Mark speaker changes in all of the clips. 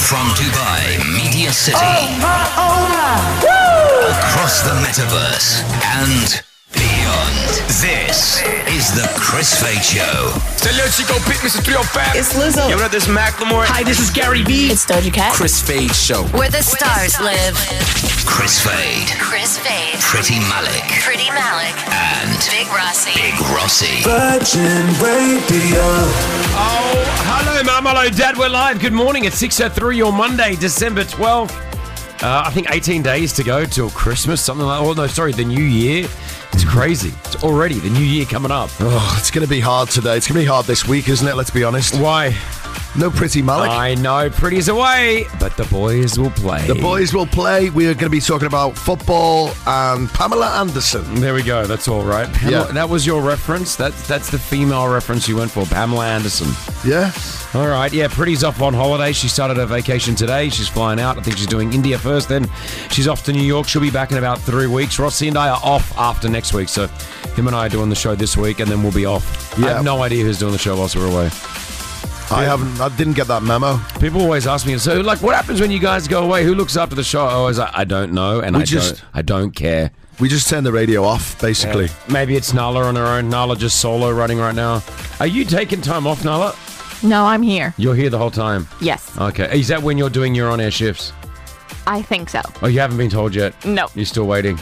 Speaker 1: From Dubai, Media City. Across the metaverse and beyond. This is the Chris Fade Show.
Speaker 2: Hello, Chico Pit, Mr. 305.
Speaker 3: It's Lizzo.
Speaker 2: Yo, what up, this is Macklemore.
Speaker 4: Hi, this is Gary Vee.
Speaker 5: It's Doja Cat.
Speaker 2: Chris Fade Show.
Speaker 5: Where the stars live.
Speaker 1: Chris Fade,
Speaker 5: Chris Fade.
Speaker 1: Pretty Malik,
Speaker 5: Pretty Malik.
Speaker 1: and
Speaker 5: Big Rossi.
Speaker 1: Big Rossi.
Speaker 6: Virgin Radio.
Speaker 4: Oh, hello, Mum. Hello, Dad. We're live. Good morning. It's 6.03 on Monday, December 12th. Uh, I think 18 days to go till Christmas, something like Oh, no, sorry, the new year. It's crazy. It's already the new year coming up.
Speaker 7: Oh, it's going to be hard today. It's going to be hard this week, isn't it? Let's be honest.
Speaker 4: Why?
Speaker 7: No pretty Malik.
Speaker 4: I know, pretty's away, but the boys will play.
Speaker 7: The boys will play. We are going to be talking about football and Pamela Anderson.
Speaker 4: There we go. That's all right. Pamela-
Speaker 7: Yeah.
Speaker 4: That was your reference. That's that's the female reference you went for, Pamela Anderson.
Speaker 7: Yeah?
Speaker 4: All right, yeah, Pretty's off on holiday. She started her vacation today. She's flying out. I think she's doing India first, then she's off to New York. She'll be back in about three weeks. Rossi and I are off after next week, so him and I are doing the show this week, and then we'll be off. I
Speaker 7: Yeah.
Speaker 4: have no idea who's doing the show whilst we're away.
Speaker 7: I haven't, I didn't get that memo.
Speaker 4: People always ask me, so like, what happens when you guys go away? Who looks after the show? I always, I don't know, and
Speaker 7: We
Speaker 4: I
Speaker 7: just-
Speaker 4: don't, I don't care.
Speaker 7: We just turned the radio off, basically.
Speaker 4: Maybe it's Nala on her own. Nala just solo running right now. Are you taking time off, Nala?
Speaker 8: No, I'm here.
Speaker 4: You're here the whole time.
Speaker 8: Yes,
Speaker 4: Okay, is that when you're doing your on-air shifts?
Speaker 8: I think so.
Speaker 4: Oh, you haven't been told yet?
Speaker 8: No.
Speaker 4: You're still waiting.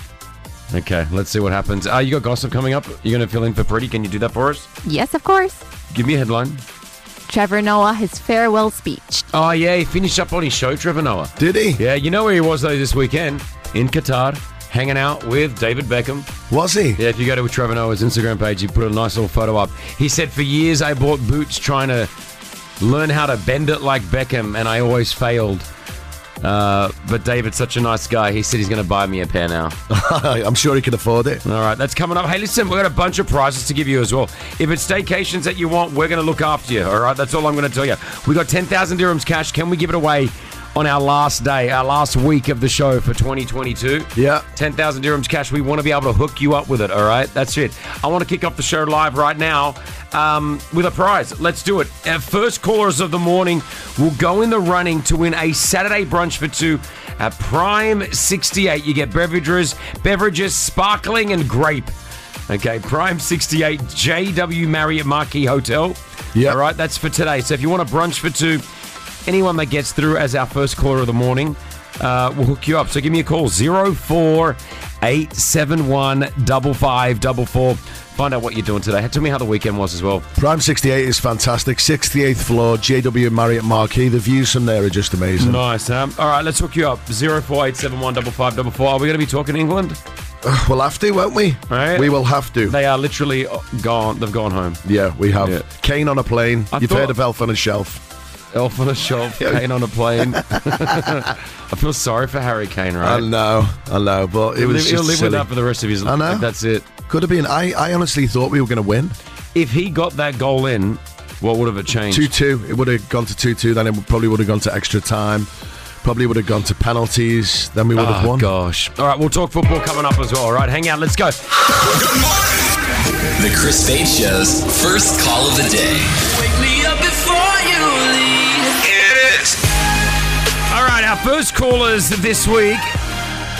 Speaker 4: Okay, let's see what happens. Uh, you got gossip coming up. You're going to fill in for Pretty. Can you do that for us?
Speaker 8: Yes, of course.
Speaker 4: Give me a headline.
Speaker 8: Trevor Noah, his farewell speech.
Speaker 4: Oh, yeah, he finished up on his show, Trevor Noah.
Speaker 7: Did he?
Speaker 4: Yeah, you know where he was, though, this weekend? In Qatar, hanging out with David Beckham.
Speaker 7: Was he?
Speaker 4: Yeah, if you go to Trevor Noah's Instagram page, he put a nice little photo up. He said, For years, I bought boots trying to learn how to bend it like Beckham, and I always failed. Uh, but David's such a nice guy. He said he's going to buy me a pair now.
Speaker 7: I'm sure he can afford it.
Speaker 4: All right, that's coming up. Hey, listen, we've got a bunch of prizes to give you as well. If it's staycations that you want, we're going to look after you. All right, that's all I'm going to tell you. We got 10,000 dirhams cash. Can we give it away on our last day, our last week of the show for 2022?
Speaker 7: Yeah.
Speaker 4: 10,000 dirhams cash. We want to be able to hook you up with it, all right? That's it. I want to kick off the show live right now um, with a prize. Let's do it. Our first callers of the morning will go in the running to win a Saturday brunch for two at Prime 68. You get beverages, beverages, sparkling and grape. Okay, Prime 68 JW Marriott Marquis Hotel.
Speaker 7: Yeah.
Speaker 4: All right, that's for today. So if you want a brunch for two, anyone that gets through as our first caller of the morning uh, will hook you up. So give me a call 04871 5544. Find out what you're doing today. Tell me how the weekend was as well.
Speaker 7: Prime 68 is fantastic. 68th floor, JW Marriott Marquee. The views from there are just amazing.
Speaker 4: Nice, Sam. All right, let's hook you up. 04871 5544. Are we going to be talking England?
Speaker 7: We'll have to, won't we?
Speaker 4: Right.
Speaker 7: We will have to.
Speaker 4: They are literally uh, gone. They've gone home.
Speaker 7: yeah, we have.
Speaker 4: Yeah.
Speaker 7: Kane on a plane.
Speaker 4: I
Speaker 7: You've
Speaker 4: thought-
Speaker 7: heard of Elf on a Shelf.
Speaker 4: Elf on a shelf, Kane on a plane. uh, I feel sorry for Harry Kane, right?
Speaker 7: I know, I know, but it
Speaker 4: He'll
Speaker 7: was
Speaker 4: live,
Speaker 7: just
Speaker 4: he'll live with
Speaker 7: silly.
Speaker 4: that for the rest of his
Speaker 7: I
Speaker 4: life.
Speaker 7: know.
Speaker 4: that's it.
Speaker 7: Could have been. I, I honestly thought we were going to win.
Speaker 4: If he got that goal in, what would have it changed?
Speaker 7: 2 2. It would have gone to 2 2. Then it probably would have gone to extra time. Probably would have gone to penalties. Then we would have
Speaker 4: Oh,
Speaker 7: won.
Speaker 4: gosh. All right, we'll talk football coming up as well. All right, hang out. Let's go.
Speaker 1: The Chris Fade Show's first call of the day.
Speaker 4: All right, our first callers this week.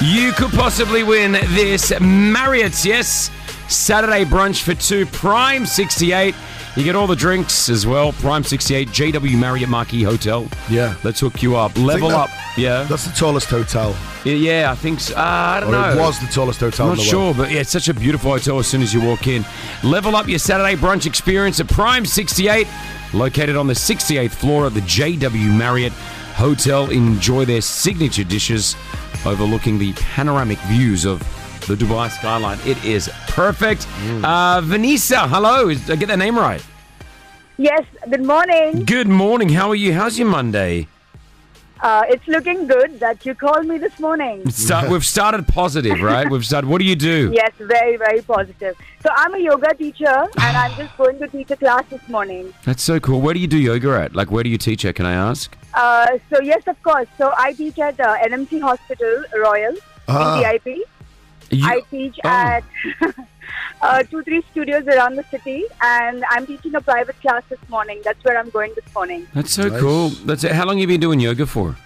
Speaker 4: You could possibly win this Marriott's, yes, Saturday brunch for two, Prime 68. You get all the drinks as well. Prime 68, JW Marriott Marquee Hotel.
Speaker 7: Yeah.
Speaker 4: Let's hook you up. Level
Speaker 7: that-
Speaker 4: up. Yeah.
Speaker 7: That's the tallest hotel.
Speaker 4: Yeah, yeah, I think so. Uh, I don't
Speaker 7: Or
Speaker 4: know.
Speaker 7: it was the tallest hotel
Speaker 4: I'm
Speaker 7: in
Speaker 4: not
Speaker 7: the
Speaker 4: sure,
Speaker 7: world.
Speaker 4: but yeah, it's such a beautiful hotel as soon as you walk in. Level up your Saturday brunch experience at Prime 68, located on the 68th floor of the JW Marriott Hotel. Enjoy their signature dishes overlooking the panoramic views of the Dubai skyline. It is perfect. Uh, Vanessa, hello. Is- Did I get that name right?
Speaker 9: Yes, good morning.
Speaker 4: Good morning. How are you? How's your Monday?
Speaker 9: Uh, it's looking good that you called me this morning.
Speaker 4: Start, we've started positive, right? We've started. What do you do?
Speaker 9: Yes, very, very positive. So I'm a yoga teacher and I'm just going to teach a class this morning.
Speaker 4: That's so cool. Where do you do yoga at? Like, where do you teach at? Can I ask?
Speaker 9: Uh, so yes, of course. So I teach at uh, NMC Hospital Royal
Speaker 7: Ah.
Speaker 9: in VIP.
Speaker 4: You-
Speaker 9: I teach
Speaker 4: Oh.
Speaker 9: at uh, two, three studios around the city, and I'm teaching a private class this morning. That's where I'm going this morning.
Speaker 4: That's so
Speaker 7: Nice.
Speaker 4: cool. That's it. How long have you been doing yoga for?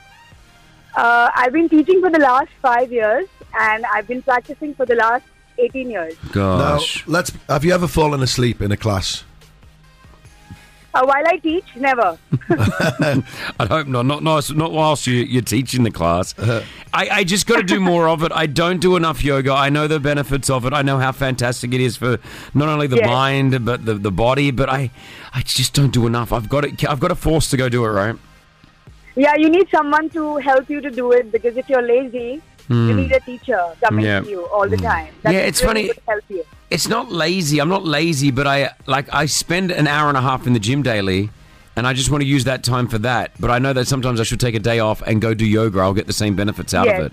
Speaker 9: Uh, I've been teaching for the last five years, and I've been practicing for the last 18 years.
Speaker 7: Now,
Speaker 4: Gosh.
Speaker 7: let's. Have you ever fallen asleep in a class?
Speaker 9: Uh, while I teach, never.
Speaker 4: I hope not. Not nice. Not whilst you, you're teaching the class. I, I just got to do more of it. I don't do enough yoga. I know the benefits of it. I know how fantastic it is for not only the
Speaker 9: Yes.
Speaker 4: mind but the, the body. But I, I just don't do enough. I've got it. I've got a force to go do it. Right.
Speaker 9: Yeah, you need someone to help you to do it because if you're lazy,
Speaker 4: Hmm.
Speaker 9: you need a teacher coming
Speaker 4: Yeah. Hmm.
Speaker 9: to you all the time. That
Speaker 4: Yeah,
Speaker 9: is
Speaker 4: it's
Speaker 9: really
Speaker 4: funny-
Speaker 9: good to help you.
Speaker 4: It's not lazy. I'm not lazy, but I like I spend an hour and a half in the gym daily, and I just want to use that time for that. But I know that sometimes I should take a day off and go do yoga. I'll get the same benefits out
Speaker 9: Yes.
Speaker 4: of it.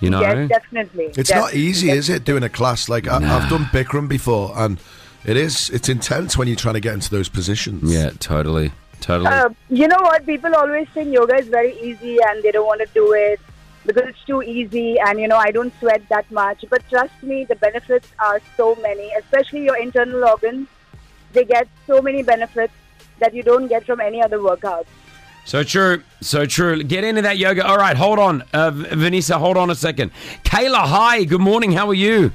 Speaker 4: You know.
Speaker 9: Yes, definitely.
Speaker 7: It's not easy, is it? Doing a class like I, I've done Bikram before, and it is. It's intense when you're trying to get into those positions.
Speaker 4: yeah. Totally. Totally.
Speaker 9: Uh, you know what? People always think yoga is very easy and they don't want to do it because it's too easy and, you know, I don't sweat that much. But trust me, the benefits are so many, especially your internal organs. They get so many benefits that you don't get from any other workout.
Speaker 4: So true. So true. Get into that yoga. All right, hold on. Uh, V- Vanessa, hold on a second. Kayla, hi. Good morning. How are you?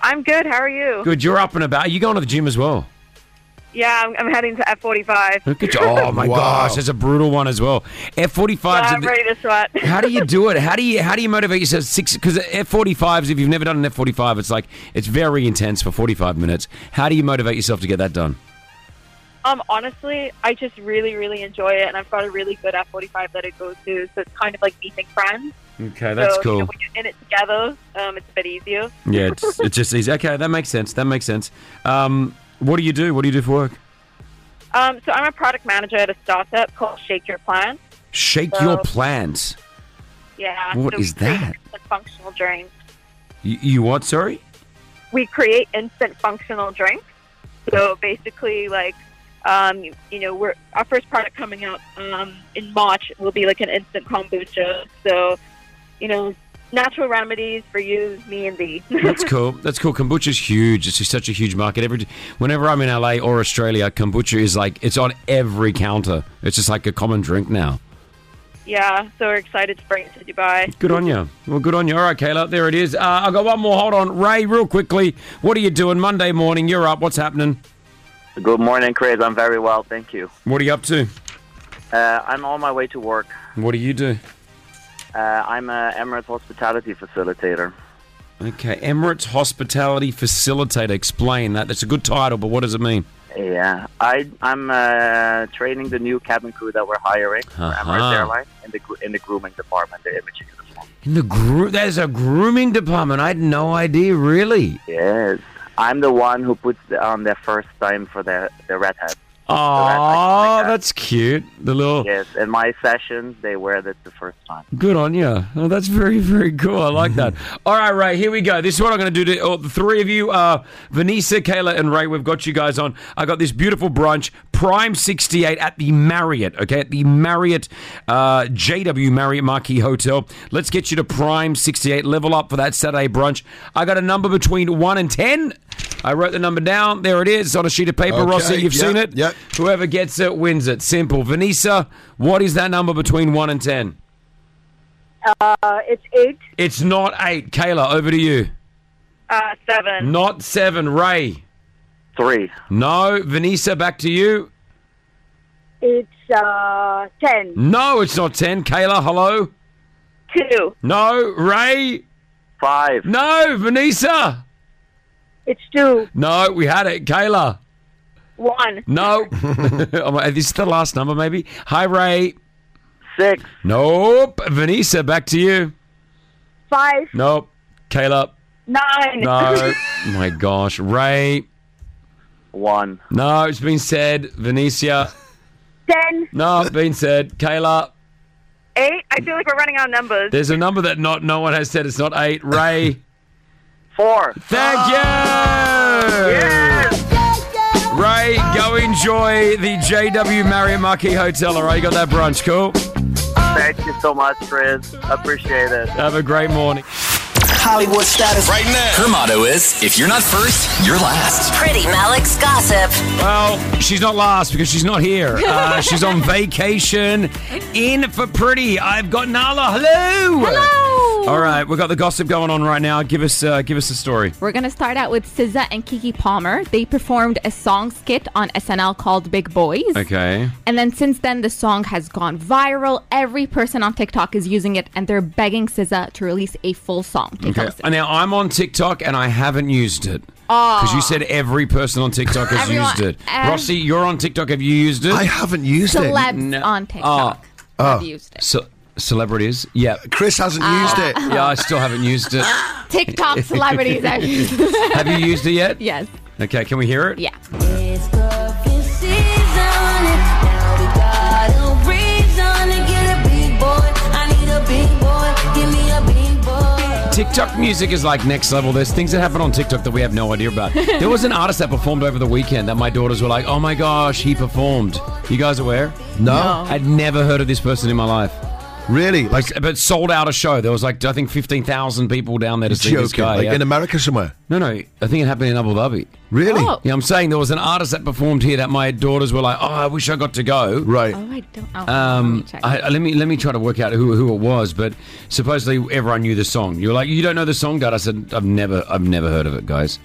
Speaker 10: I'm good. How are you?
Speaker 4: Good. You're up and about. Are you going to the gym as well?
Speaker 10: Yeah, I'm, I'm heading to F45.
Speaker 4: Look at you. Oh, my
Speaker 7: Wow.
Speaker 4: gosh. That's a brutal one as well. F45s.
Speaker 10: I'm ready to sweat.
Speaker 4: how do you do it? How do you how do you motivate yourself? Six because F45s. If you've never done an F45, it's like it's very intense for 45 minutes. How do you motivate yourself to get that done?
Speaker 10: um, honestly, I just really, really enjoy it, and I've got a really good F45 that it goes to, so it's kind of like meeting friends.
Speaker 4: Okay,
Speaker 10: so, You know, when you're in it together, um, it's a bit easier.
Speaker 4: Yeah, it's, it's just easy. Okay, that makes sense. That makes sense. Um, what do you do? What do you do for work?
Speaker 10: Um, so I'm a product manager at a startup called Shake Your Plant.
Speaker 4: Shake
Speaker 10: So-
Speaker 4: your plans.
Speaker 10: Yeah.
Speaker 4: What
Speaker 10: What is
Speaker 4: is that?
Speaker 10: functional drinks.
Speaker 4: You, you what? Sorry.
Speaker 10: we create instant functional drinks. So basically, like, um, you, you know, we're our first product coming out um, in March will be like an instant kombucha. So, you know, natural remedies for you, me, and thee.
Speaker 4: That's cool. That's cool. Kombucha's huge. It's just such a huge market. Every whenever I'm in LA or Australia, kombucha is like it's on every counter. It's just like a common drink now.
Speaker 10: yeah. So we're excited to bring it to Dubai.
Speaker 4: Good on you. Well, good on you. All right, Kayla, there it is. Uh, I've got one more. Hold on, Ray, real quickly. What are you doing Monday morning? You're up. What's happening?
Speaker 11: Good morning, Chris. I'm very well, thank you.
Speaker 4: What are you up to?
Speaker 11: Uh, I'm on my way to work.
Speaker 4: What do you do?
Speaker 11: Uh, I'm a Emirates hospitality facilitator.
Speaker 4: Okay, Emirates Hospitality Facilitator. Explain that. That's a good title, but what does it mean?
Speaker 11: Yeah, I, I'm uh, training the new cabin crew that we're hiring for
Speaker 4: Uh-huh.
Speaker 11: Emirates Airlines in the gr- in the grooming department, the imaging uniform.
Speaker 4: In the gro- there's a grooming department. I had no idea, really.
Speaker 11: Yes, I'm the one who puts the- on their first time for the the redhead.
Speaker 4: Oh,
Speaker 11: like that.
Speaker 4: that's cute. The little
Speaker 11: Yes, in my sessions they wear it the first time.
Speaker 4: good on you. Oh, that's very very cool. I like that. All right, Ray. Here we go. This is what I'm going to do to oh, the three of you: uh, Vanessa, Kayla, and Ray. We've got you guys on. I got this beautiful brunch, Prime 68 at the Marriott. Okay, at the Marriott uh, JW Marriott Marquis Hotel. Let's get you to Prime 68. Level up for that Saturday brunch. I got a number between one and ten. I wrote the number down. There it is on a sheet of paper.
Speaker 7: Okay,
Speaker 4: Rossi, you've
Speaker 7: yep,
Speaker 4: seen it.
Speaker 7: yep.
Speaker 4: Whoever gets it wins it. Simple. Vanessa, what is that number between 1 and 10?
Speaker 9: Uh, it's eight.
Speaker 4: It's not 8. Kayla, over to you.
Speaker 10: Uh, seven.
Speaker 4: Not 7. Ray.
Speaker 11: Three.
Speaker 4: No. Vanessa, back to you.
Speaker 9: It's uh, 10.
Speaker 4: No, it's not 10. Kayla, hello.
Speaker 10: Two.
Speaker 4: No. Ray.
Speaker 11: Five.
Speaker 4: No. Vanessa.
Speaker 9: It's 2.
Speaker 4: No, we had it. Kayla.
Speaker 10: One.
Speaker 4: No. Oh my- this is the last number, maybe. Hi, Ray.
Speaker 11: Six.
Speaker 4: Nope. Vanessa, back to you.
Speaker 9: 5.
Speaker 4: Nope. Kayla.
Speaker 10: Nine.
Speaker 4: No. my gosh. Ray.
Speaker 11: One.
Speaker 4: No, it's been said. Venetia.
Speaker 9: 10.
Speaker 4: No, it's been said. Kayla.
Speaker 10: Eight. I feel like we're running out of numbers.
Speaker 4: There's a number that not no one has said. It's not eight. Ray.
Speaker 11: Four.
Speaker 4: Thank you. Ray, go enjoy the JW Marriott Marquis Hotel. All right, you got that brunch. Cool.
Speaker 11: Thank you so much, Chris. Appreciate it.
Speaker 4: Have a great morning.
Speaker 11: Hollywood status right now. Her motto is if you're not first, you're last.
Speaker 5: Pretty Malik's gossip.
Speaker 4: Well, she's not last because she's not here. Uh, she's on vacation. In for pretty. I've got Nala. Hello. Hello. All right, we've got the gossip going on right now. Give us, uh, give us a story.
Speaker 8: We're going to start out with SZA and Kiki Palmer. They performed a song skit on SNL called Big Boys.
Speaker 4: Okay.
Speaker 8: And then since then, the song has gone viral. Every person on TikTok is using it, and they're begging SZA to release a full song.
Speaker 4: Okay. Now I'm on TikTok and I haven't used it.
Speaker 8: Aw.
Speaker 4: Because you said every person on TikTok has
Speaker 8: Ah. Everyone-
Speaker 4: used it.
Speaker 8: ev-
Speaker 4: Rossi, you're on TikTok. Have you used it? I haven't used
Speaker 8: Celebs on TikTok have used it.
Speaker 4: Ce- celebrities? Yeah. Chris hasn't
Speaker 8: Ah. used it.
Speaker 4: Yeah, I still haven't used it.
Speaker 8: TikTok celebrities have used it.
Speaker 4: Have you used it yet?
Speaker 8: Yes.
Speaker 4: Okay, can we hear it?
Speaker 8: Yeah.
Speaker 4: TikTok music is like next level. There's things that happen on TikTok that we have no idea about. There was an artist that performed over the weekend that my daughters were like, oh my gosh, he performed. You guys aware?
Speaker 7: No. No.
Speaker 4: I'd never heard of this person in my life. Really? Like, but sold out a show. There was like, I think 15,000 people down there to see
Speaker 7: Joking.
Speaker 4: this guy.
Speaker 7: like
Speaker 4: yeah.
Speaker 7: in America somewhere.
Speaker 4: No, no. I think it happened in Abu Dhabi.
Speaker 7: Really?
Speaker 8: Oh.
Speaker 4: Yeah, I'm saying there was an artist that performed here that my daughters were like, "Oh, I wish I got to go." Right.
Speaker 8: Oh, I don't. Oh,
Speaker 4: Um, I, I- let me let me try to work out who who it was, but supposedly everyone knew the song. You were like, "You don't know the song, Dad?" I said, "I've never I've never heard of it, guys."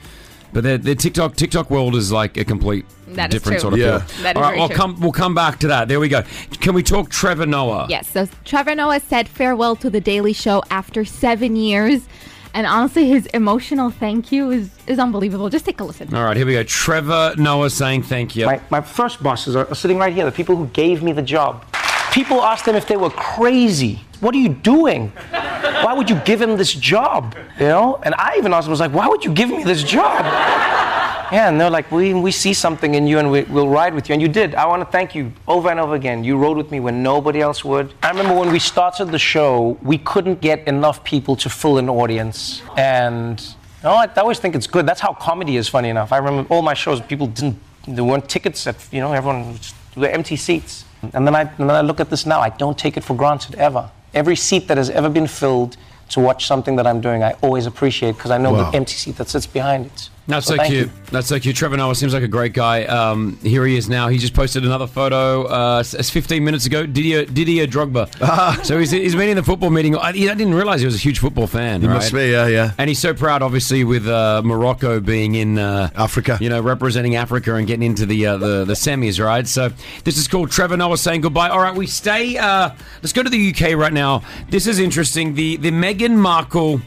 Speaker 4: But the, the TikTok TikTok world is like a complete
Speaker 8: That is
Speaker 4: different
Speaker 8: true.
Speaker 4: sort of
Speaker 8: Yeah.
Speaker 4: field.
Speaker 8: That is
Speaker 4: All right,
Speaker 8: very
Speaker 4: we'll
Speaker 8: true.
Speaker 4: come we'll come back to that. There we go. Can we talk Trevor Noah?
Speaker 8: Yes. So Trevor Noah said farewell to The Daily Show after seven years. And honestly, his emotional thank you is, is unbelievable. Just take a listen.
Speaker 4: All right, here we go. Trevor Noah saying thank you.
Speaker 12: My, my first bosses are sitting right here, the people who gave me the job. People asked them if they were crazy. What are you doing? Why would you give him this job? You know? And I even asked them, I was like, why would you give me this job? Yeah, and they're like, we, we see something in you and we, we'll ride with you. And you did. I want to thank you over and over again. You rode with me when nobody else would. I remember when we started the show, we couldn't get enough people to fill an audience. And you know, I, I always think it's good. That's how comedy is, funny enough. I remember all my shows, people didn't, there weren't tickets at, you know, everyone, was- there were empty seats. And then I, and then I look at this now, I don't take it for granted ever. Every seat that has ever been filled to watch something that I'm doing, I always appreciate because I know
Speaker 4: Wow.
Speaker 12: the empty seat that sits behind it.
Speaker 4: That's so,
Speaker 12: Oh, thank you.
Speaker 4: cute. That's so cute. Trevor Noah seems like a great guy. Um, here he is now. He just posted another photo uh, s- s- 15 minutes ago. Didier,
Speaker 7: Ah.
Speaker 4: Didier Drogba. so he's, he's been in the football meeting. I, I didn't realize he was a huge football fan.
Speaker 7: He must
Speaker 4: right?
Speaker 7: be, yeah, yeah.
Speaker 4: And he's so proud, obviously, with uh, Morocco being in uh, Africa. You know, representing Africa and getting into the, uh, the the semis, right? So this is called Trevor Noah saying goodbye. All right, we stay. Uh, let's go to the UK right now. This is interesting. The the Meghan Markle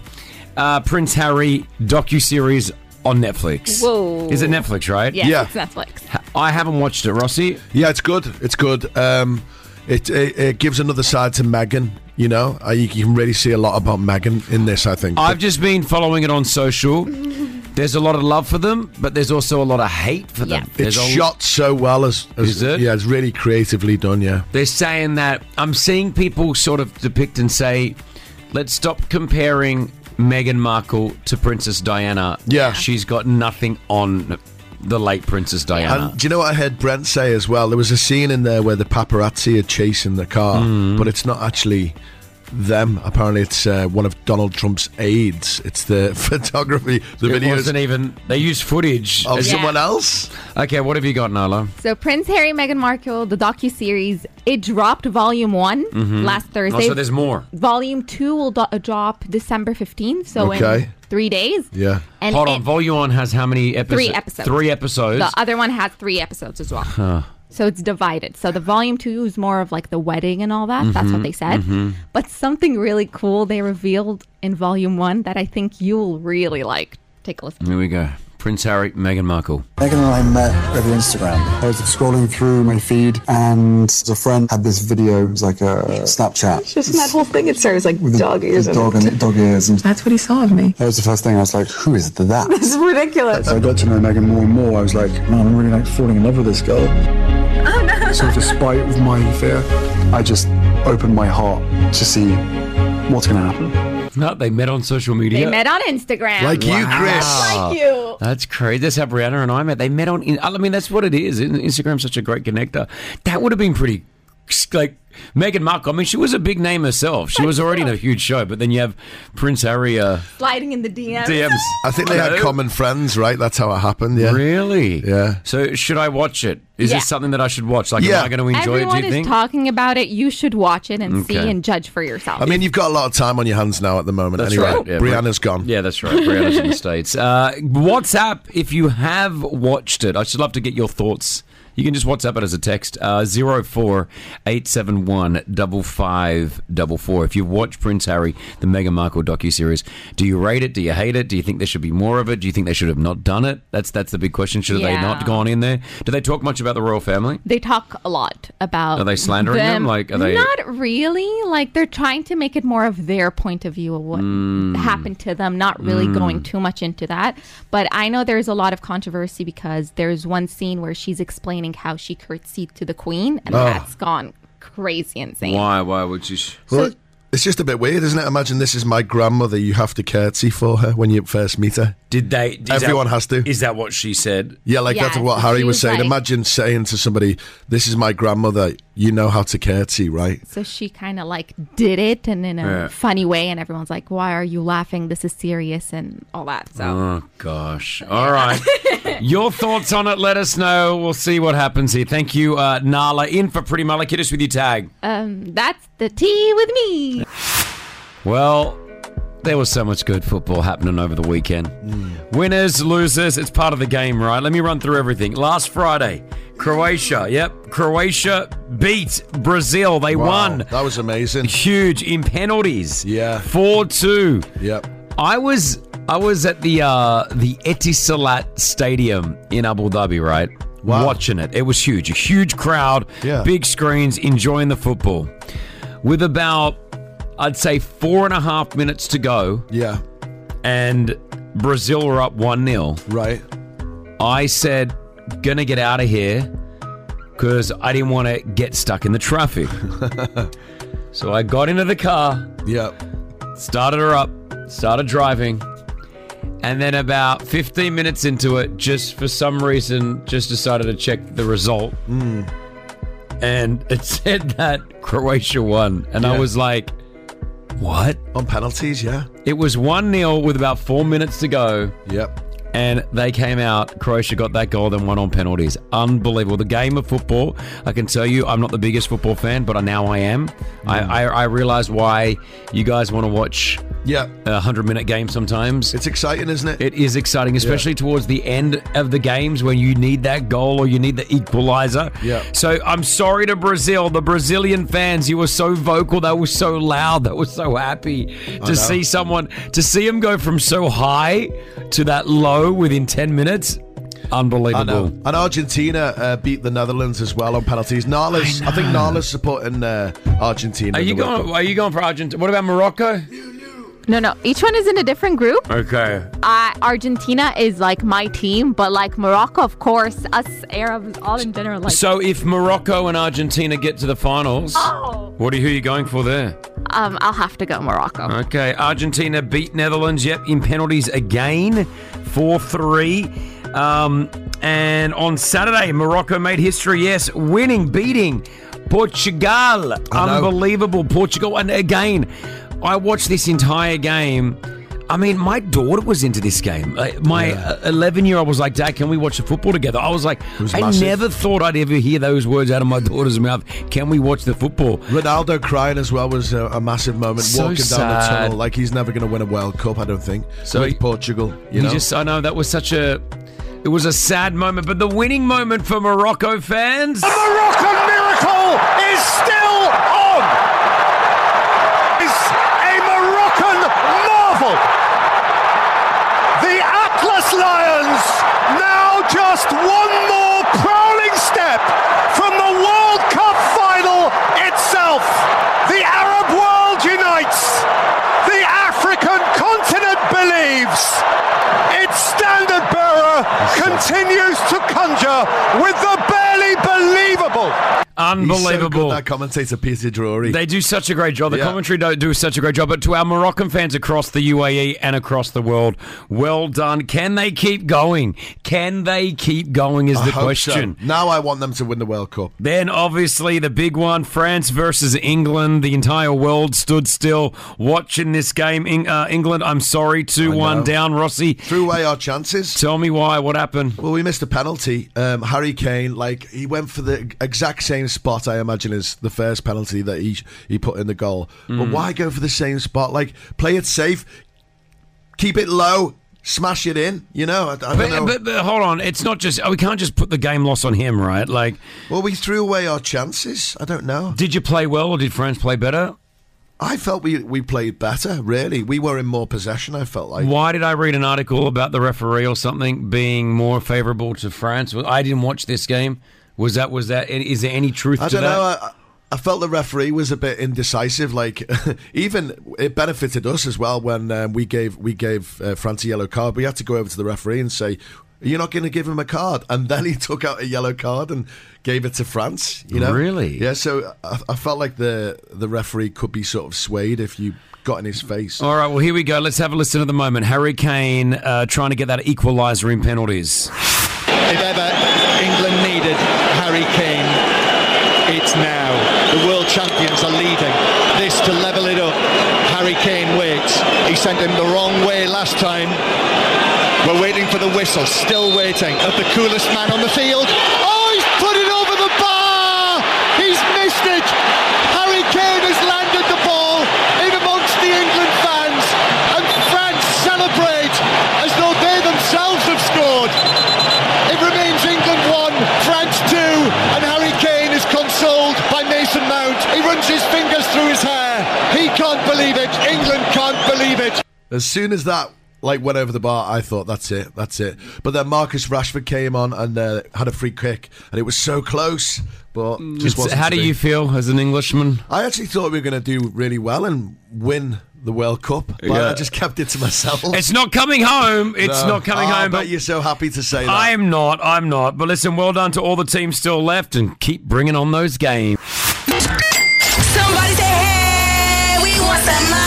Speaker 4: uh, Prince Harry docu series on Netflix.
Speaker 8: Whoa.
Speaker 4: Is it Netflix? Right?
Speaker 8: Yes, it's Netflix.
Speaker 4: I haven't watched it, Rossi.
Speaker 7: Yeah, it's good. It's good. Um, it, it it gives another side to Megan. You know, uh, you, you can really see a lot about Megan in this. I think.
Speaker 4: I've just been following it on social. There's a lot of love for them, but there's also a lot of hate for them.
Speaker 7: it's
Speaker 4: There's a-
Speaker 7: shot so well as, as yeah, it's really creatively done. Yeah,
Speaker 4: They're saying that I'm seeing people sort of depict and say, let's stop comparing Meghan Markle to Princess Diana. Yeah. She's got nothing on the late Princess Diana.
Speaker 7: And do you know what I heard Brent say as well? There was a scene in there where the paparazzi are chasing the car,
Speaker 4: Mm.
Speaker 7: but it's not actually them. Apparently, it's uh, one of Donald Trump's aides. It's the photography, the
Speaker 4: it
Speaker 7: videos.
Speaker 4: wasn't even. They used footage
Speaker 7: Of Yeah. someone
Speaker 4: else. Okay, what have you got, Nala?
Speaker 8: So Prince Harry, Meghan Markle, the docu series, it dropped volume one
Speaker 4: Mhm.
Speaker 8: last
Speaker 4: Oh,
Speaker 8: Thursday.
Speaker 4: so there's more.
Speaker 8: Volume two will do- drop December fifteenth. So
Speaker 4: Okay.
Speaker 8: in three days.
Speaker 4: Yeah.
Speaker 8: And
Speaker 4: Hold
Speaker 8: it-
Speaker 4: on. Volume has how many episodes?
Speaker 8: Three episodes.
Speaker 4: Three episodes.
Speaker 8: The other one has three episodes as well.
Speaker 4: Huh.
Speaker 8: So it's divided. So the volume two is more of like the wedding and all that. That's what
Speaker 4: Mhm,
Speaker 8: they said.
Speaker 4: mhm.
Speaker 8: But something really cool they revealed in volume one that I think you'll really like. Take a listen.
Speaker 4: Here we go. Prince Harry, Meghan Markle.
Speaker 13: Megan and I met over Instagram. I was scrolling through my feed, and a friend had this video. It was like a Snapchat.
Speaker 14: Just that whole thing, it starts like dog ears.
Speaker 13: The
Speaker 14: in
Speaker 13: dog
Speaker 14: it.
Speaker 13: and dog ears, and
Speaker 14: That's what he saw of me.
Speaker 13: that was the first thing. I was like, "Who is that?"
Speaker 14: This is ridiculous.
Speaker 13: As I got to know Megan more and more, I was like, "Man, I'm really like falling in love with this girl."
Speaker 14: Oh no.
Speaker 13: So, despite of my fear, I just opened my heart to see what's going to happen.
Speaker 4: No, they met on social media.
Speaker 8: They met on Instagram.
Speaker 4: Wow.
Speaker 8: Like you.
Speaker 4: That's crazy. That's how Brianna and I met. They met on. I mean, that's what it is. In- Instagram's such a great connector. That would have been pretty like Meghan Markle. I mean, she was a big name herself. She was already in a huge show, but then you have Prince Harry. Uh,
Speaker 8: Sliding in the DMs.
Speaker 7: I think they had
Speaker 4: No.
Speaker 7: common friends, right? That's how it happened. Yeah.
Speaker 4: Really?
Speaker 7: Yeah.
Speaker 4: so should I watch it? Is
Speaker 8: Yeah.
Speaker 4: this something that I should watch? Like,
Speaker 7: Yeah.
Speaker 4: am I going to enjoy
Speaker 8: Everyone
Speaker 4: it? Do you
Speaker 8: is
Speaker 4: think?
Speaker 8: talking about it. You should watch it and see
Speaker 7: Okay.
Speaker 8: and judge for yourself.
Speaker 7: I mean, you've got a lot of time on your hands now at the moment.
Speaker 4: That's
Speaker 7: anyway,
Speaker 4: right, yeah,
Speaker 7: Brianna's gone.
Speaker 4: Yeah, that's right. Brianna's in the States. Uh, WhatsApp, if you have watched it, I should love to get your thoughts. You can just WhatsApp it as a text, uh, 04871 5544. If you've watched Prince Harry, the Meghan Markle docuseries, do you rate it? Do you hate it? Do you think there should be more of it? Do you think they should have not done it? That's that's the big question. Should have they
Speaker 8: Yeah.
Speaker 4: not gone in there? Do they talk much about the royal family?
Speaker 8: they talk a lot about.
Speaker 4: Are they slandering them? Like, are they-
Speaker 8: not really? Like they're trying to make it more of their point of view of what
Speaker 4: Hmm.
Speaker 8: happened to them. Not really
Speaker 15: Mm.
Speaker 8: going too much into that. But I know there's a lot of controversy because there's one scene where she's explaining how she curtsied to the queen, and
Speaker 7: Oh.
Speaker 8: that's gone crazy insane.
Speaker 4: Why? Why would you?
Speaker 7: Well, it's just a bit weird, isn't it? Imagine this is my grandmother. You have to curtsy for her when you first meet her.
Speaker 4: Did they? is that-
Speaker 7: Everyone has to.
Speaker 4: Is that what she said?
Speaker 7: Yeah, like that's
Speaker 4: Yeah,
Speaker 7: what
Speaker 4: so
Speaker 7: Harry
Speaker 4: she
Speaker 7: was,
Speaker 4: was
Speaker 7: saying.
Speaker 4: like-
Speaker 7: Imagine saying to somebody, "This is my grandmother. You know how to curtsy, right?"
Speaker 8: So she kind of like did it and in a
Speaker 7: Yeah.
Speaker 8: funny way, and everyone's like, "Why are you laughing? This is serious," and all that. So
Speaker 4: Oh gosh! All right, your thoughts on it? Let us know. We'll see what happens here. Thank you, uh, Nala. In for Pretty Mullah. Hit us with your tag.
Speaker 8: um, that's the tea with me.
Speaker 4: Well, there was so much good football happening over the weekend. Winners, losers, it's part of the game, right? Let me run through everything. Last Friday, Croatia, yep, Croatia beat Brazil. They
Speaker 7: Wow,
Speaker 4: won.
Speaker 7: That was amazing.
Speaker 4: Huge in penalties.
Speaker 7: Yeah.
Speaker 4: 4-2.
Speaker 7: Yep.
Speaker 4: I was I was at the uh the Etisalat Stadium in Abu Dhabi, right? Watching it. It was huge. A huge crowd,
Speaker 7: Yeah.
Speaker 4: big screens, enjoying the football. With about I'd say four and a half minutes to go.
Speaker 7: Yeah.
Speaker 4: And Brazil were up one 0
Speaker 7: Right.
Speaker 4: I said, gonna get out of here because I didn't want to get stuck in the traffic. so I got into the car.
Speaker 7: Yep.
Speaker 4: Started her up, started driving. And then about 15 minutes into it, just for some reason, just decided to check the result.
Speaker 7: Hmm.
Speaker 4: And it said that Croatia won. And I
Speaker 7: Yeah.
Speaker 4: was like, what?
Speaker 7: On penalties, yeah.
Speaker 4: It was 1 0 with about four minutes to go.
Speaker 7: Yep.
Speaker 4: And they came out. Croatia got that goal, then won on penalties. Unbelievable. The game of football, I can tell you, I'm not the biggest football fan, but I- now I am. I,
Speaker 7: Mm.
Speaker 4: I, I realize why you guys want to watch
Speaker 7: Yeah.
Speaker 4: a 100 minute game sometimes.
Speaker 7: It's exciting, isn't it?
Speaker 4: It is exciting, especially towards the end of the games when you need that goal or you need the equalizer.
Speaker 7: Yeah.
Speaker 4: So I'm sorry to Brazil, the Brazilian fans. You were so vocal, they were so loud, they were so happy
Speaker 7: I
Speaker 4: to
Speaker 7: know.
Speaker 4: see someone to see him go from so high to that low within 10 minutes. Unbelievable.
Speaker 7: I know. And Argentina uh, beat the Netherlands as well on penalties. Nala's, I, think Nala's supporting uh, Argentina.
Speaker 4: Are
Speaker 7: in
Speaker 4: you
Speaker 7: the World
Speaker 4: going? Are you going for Argentina? What about Morocco?
Speaker 8: No, no, each one is in a different group.
Speaker 4: Okay.
Speaker 8: Uh, Argentina is like my team, but like Morocco, of course, us Arabs, all in general. Like,
Speaker 4: So if Morocco and Argentina get to the finals, what are you, who are you going for there?
Speaker 8: um, I'll have to go Morocco.
Speaker 4: Okay, Argentina beat Netherlands, yep, in penalties again, 4 3. Um, and on Saturday, Morocco made history, yes, winning, beating Portugal. Unbelievable, Portugal. And again, I watched this entire game. I mean, my daughter was into this game. Like, My 11 year old was like, Dad, can we watch the football together? I was like,
Speaker 7: was
Speaker 4: I
Speaker 7: massive.
Speaker 4: never thought I'd ever hear those words out of my daughter's mouth. Can we watch the football?
Speaker 7: Ronaldo crying as well was a, a massive moment.
Speaker 4: So
Speaker 7: Walking down the
Speaker 4: sad.
Speaker 7: tunnel, like he's never going to win a World Cup, I don't think.
Speaker 4: So
Speaker 7: So with
Speaker 4: he-
Speaker 7: Portugal, you
Speaker 4: He
Speaker 7: know.
Speaker 4: just I know that was such a it was a sad moment, but the winning moment for Morocco fans.
Speaker 16: Moroccan miracle is still on. It's a Moroccan marvel. The Atlas Lions now just one more prowling step from the World Cup final itself. The Arab world unites. The African continent believes. Its standard bearer continues to conjure with the barely believable.
Speaker 4: Unbelievable.
Speaker 7: He's so good, that commentator Peter Drury.
Speaker 4: They do such a great job. The
Speaker 7: Yeah.
Speaker 4: commentary do, do such a great job. But to our Moroccan fans across the UAE and across the world, well done. Can they keep going? Can they keep going? Is
Speaker 7: I
Speaker 4: the
Speaker 7: hope
Speaker 4: question.
Speaker 7: so. Now I want them to win the World Cup.
Speaker 4: Then, obviously, the big one France versus England. The entire world stood still watching this game. Eng- uh, England, I'm sorry, 2 1 down. Rossi.
Speaker 7: Threw away our chances.
Speaker 4: Tell me why. What happened?
Speaker 7: Well, we missed a penalty. Um, Harry Kane, like, he went for the exact same spot, I imagine, as the first penalty that he, he put in the goal. But
Speaker 17: Mm.
Speaker 7: why go for the same spot? Like, play it safe, keep it low, smash it in, you know? I, I don't
Speaker 4: But,
Speaker 7: know.
Speaker 4: but, but hold on, it's not just we can't just put the game loss on him, right? Like,
Speaker 7: well, we threw away our chances. I don't know.
Speaker 4: Did you play well or did France play better?
Speaker 7: I felt we, we played better, really. We were in more possession, I felt like.
Speaker 4: Why did I read an article about the referee or something being more favourable to France? Well, I didn't watch this game. Was that was that? Is there any truth
Speaker 7: I
Speaker 4: to
Speaker 7: don't
Speaker 4: that?
Speaker 7: know. I, I felt the referee was a bit indecisive. Like even it benefited us as well when um, we gave we gave uh, France a yellow card. We had to go over to the referee and say. You're not going to give him a card, and then he took out a yellow card and gave it to France. You know,
Speaker 4: Really?
Speaker 7: Yeah. So I, I felt like the the referee could be sort of swayed if you got in his face.
Speaker 4: All right, well here we go. Let's have a listen at the moment. Harry Kane uh, trying to get that equaliser in penalties.
Speaker 18: If ever England needed Harry Kane, it's now. The world champions are leading this to level it up. Harry Kane waits. He sent him the wrong way last time. We're waiting for the whistle, still waiting. Of the coolest man on the field. Oh, he's put it over the bar! He's missed it! Harry Kane has landed the ball in amongst the England fans, and France celebrate as though they themselves have scored. It remains England 1, France 2, and Harry Kane is consoled by Mason Mount. He runs his fingers through his hair. He can't believe it. England can't believe it.
Speaker 7: As soon as that like went over the bar, I thought that's it, that's it. But then Marcus Rashford came on and uh, had a free kick, and it was so close, but just
Speaker 4: Mm. It's-
Speaker 7: wasn't
Speaker 4: How
Speaker 7: to
Speaker 4: do
Speaker 7: be.
Speaker 4: you feel as an Englishman?
Speaker 7: I actually thought we were going to do really well and win the World Cup, but
Speaker 4: Yeah.
Speaker 7: I just kept it to myself.
Speaker 4: It's not coming home. It's
Speaker 7: No.
Speaker 4: not coming
Speaker 7: Oh,
Speaker 4: home.
Speaker 7: But you're so happy to say that.
Speaker 4: I am not. I'm not. But listen, well done to all the teams still left, and keep bringing on those games.
Speaker 5: Somebody say, hey, we want some money.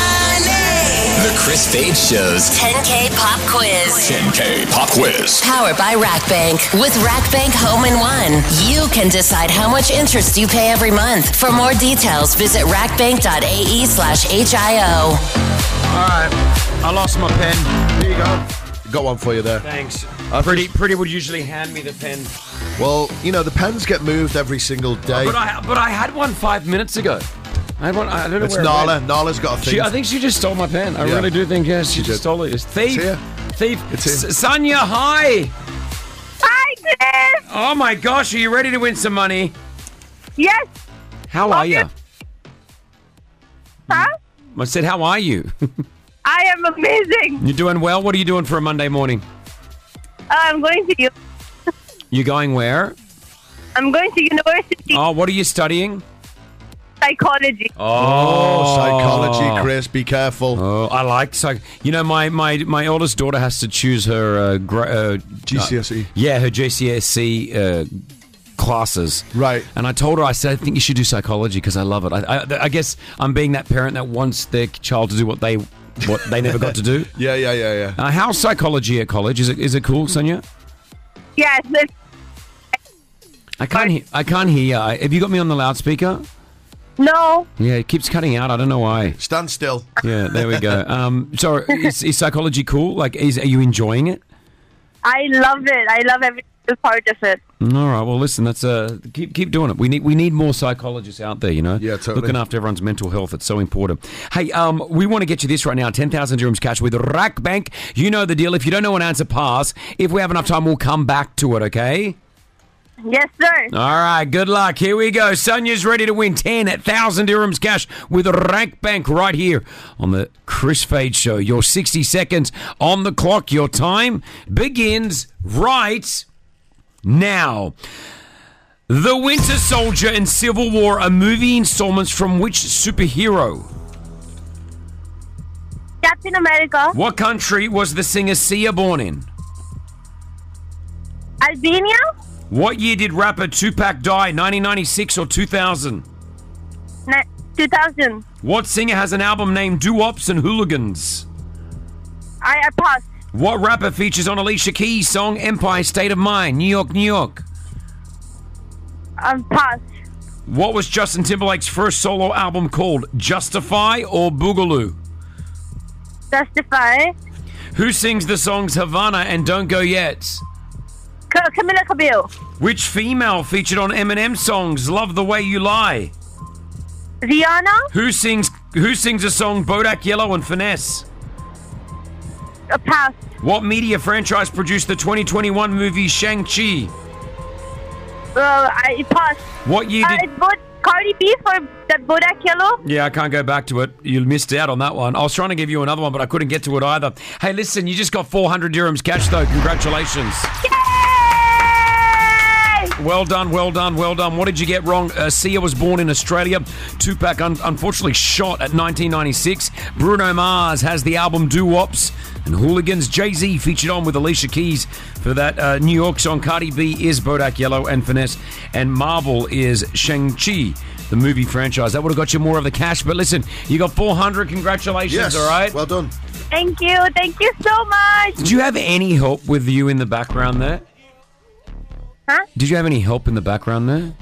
Speaker 1: The Chris Fade Show's
Speaker 5: 10K pop quiz.
Speaker 1: 10K Pop Quiz.
Speaker 5: Powered by RackBank. With RackBank Home in One, you can decide how much interest you pay every month. For more details, visit rackbank.ae E slash HIO.
Speaker 4: All right, I lost my pen.
Speaker 7: Here you go. Got one for you there. Uh,
Speaker 4: Thanks.
Speaker 7: I
Speaker 4: Pretty, pretty would usually hand me the pen.
Speaker 7: Well, you know the pens get moved every single day.
Speaker 4: But I, but I had one five minutes ago. I had one. I don't know
Speaker 7: it's
Speaker 4: where it
Speaker 7: Nala.
Speaker 4: went.
Speaker 7: Nala's got a thing.
Speaker 4: She, I think she just stole my pen. I
Speaker 7: Yeah.
Speaker 4: really do think yes, she,
Speaker 7: She did.
Speaker 4: just stole it. It's thief,
Speaker 7: It's here.
Speaker 4: thief.
Speaker 7: It's here.
Speaker 4: S- Sonia, hi.
Speaker 19: Hi, Chris.
Speaker 4: Oh my gosh, are you ready to win some money?
Speaker 19: Yes.
Speaker 4: How are you?
Speaker 19: Huh?
Speaker 4: I said, how are you?
Speaker 19: I am amazing. Uh,
Speaker 4: You're doing well. What are you doing for a Monday morning?
Speaker 19: I'm going to you.
Speaker 4: You going where?
Speaker 19: I'm going to university
Speaker 4: Oh, what are you studying?
Speaker 19: psychology.
Speaker 7: Oh, psychology, Chris. Be careful.
Speaker 4: Oh, I like psych. You know, my my my oldest daughter has to choose her uh, gra- uh,
Speaker 7: GCSE.
Speaker 4: yeah, her GCSE uh, classes.
Speaker 7: Right.
Speaker 4: And I told her, I said, I think you should do psychology because I love it. I, I, I guess I'm being that parent that wants their child to do what they what they never got to do.
Speaker 7: yeah, yeah, yeah, yeah.
Speaker 4: Uh, how's psychology at college? Is it is it cool, Sonia?
Speaker 19: Yes. it's-
Speaker 4: I can't hear. I can't hear. you. I- Have you got me on the loudspeaker?
Speaker 19: No.
Speaker 4: Yeah, it keeps cutting out. I don't know why.
Speaker 7: Stand still.
Speaker 4: Yeah, there we go. Um, so is, is psychology cool? Like, is are you enjoying it?
Speaker 19: I love it. I love every single part of it.
Speaker 4: All right. Well, listen. That's uh, keep keep doing it. We need we need more psychologists out there. You know, yeah,
Speaker 7: totally.
Speaker 4: Looking after everyone's mental health. It's so important. Hey, um, we want to get you this right now. Ten thousand dirhams cash with Rack Bank. You know the deal. If you don't know an answer, pass. If we have enough time, we'll come back to it. Okay.
Speaker 19: Yes, sir.
Speaker 4: All right, good luck. Here we go. Sonia's ready to win 10,000 dirhams cash with Rank Bank right here on the Chris Fade Show. Your 60 seconds on the clock. Your time begins right now. The Winter Soldier and Civil War are movie installments from which superhero?
Speaker 19: Captain America.
Speaker 4: What country was the singer Sia born in?
Speaker 19: Albania.
Speaker 4: What year did rapper Tupac die? 1996 or 2000?
Speaker 20: Ne- 2000.
Speaker 4: What singer has an album named Doo Wops and Hooligans?
Speaker 20: I, I passed.
Speaker 4: What rapper features on Alicia Keys' song Empire State of Mind? New York, New York.
Speaker 20: I'm passed.
Speaker 4: What was Justin Timberlake's first solo album called? Justify or Boogaloo?
Speaker 20: Justify.
Speaker 4: Who sings the songs Havana and Don't Go Yet?
Speaker 20: Ca- Camila Cabello.
Speaker 4: Which female featured on Eminem songs Love the Way You Lie?
Speaker 20: Rihanna.
Speaker 4: Who sings Who sings the song Bodak Yellow and Finesse?
Speaker 20: A pass.
Speaker 4: What media franchise produced the 2021 movie Shang-Chi?
Speaker 20: Uh, I passed.
Speaker 4: What year
Speaker 20: Uh,
Speaker 4: did
Speaker 20: it's both Cardi B for that Bodak Yellow.
Speaker 4: Yeah, I can't go back to it. You missed out on that one. I was trying to give you another one, but I couldn't get to it either. Hey, listen, you just got 400 dirhams cash, though. Congratulations. Well done, well done, well done. What did you get wrong? Uh, Sia was born in Australia. Tupac un- unfortunately shot at 1996. Bruno Mars has the album Doo Wops and Hooligans. Jay Z featured on with Alicia Keys for that uh, New York song. Cardi B is Bodak Yellow and Finesse, and Marvel is Shang-Chi, the movie franchise. That would have got you more of the cash, but listen, you got 400. Congratulations,
Speaker 7: Yes,
Speaker 4: all right? Well done.
Speaker 20: Thank you. Thank you so much.
Speaker 4: Did you have any help with you in the background there?
Speaker 20: Huh?
Speaker 4: Did you have any help in the background there?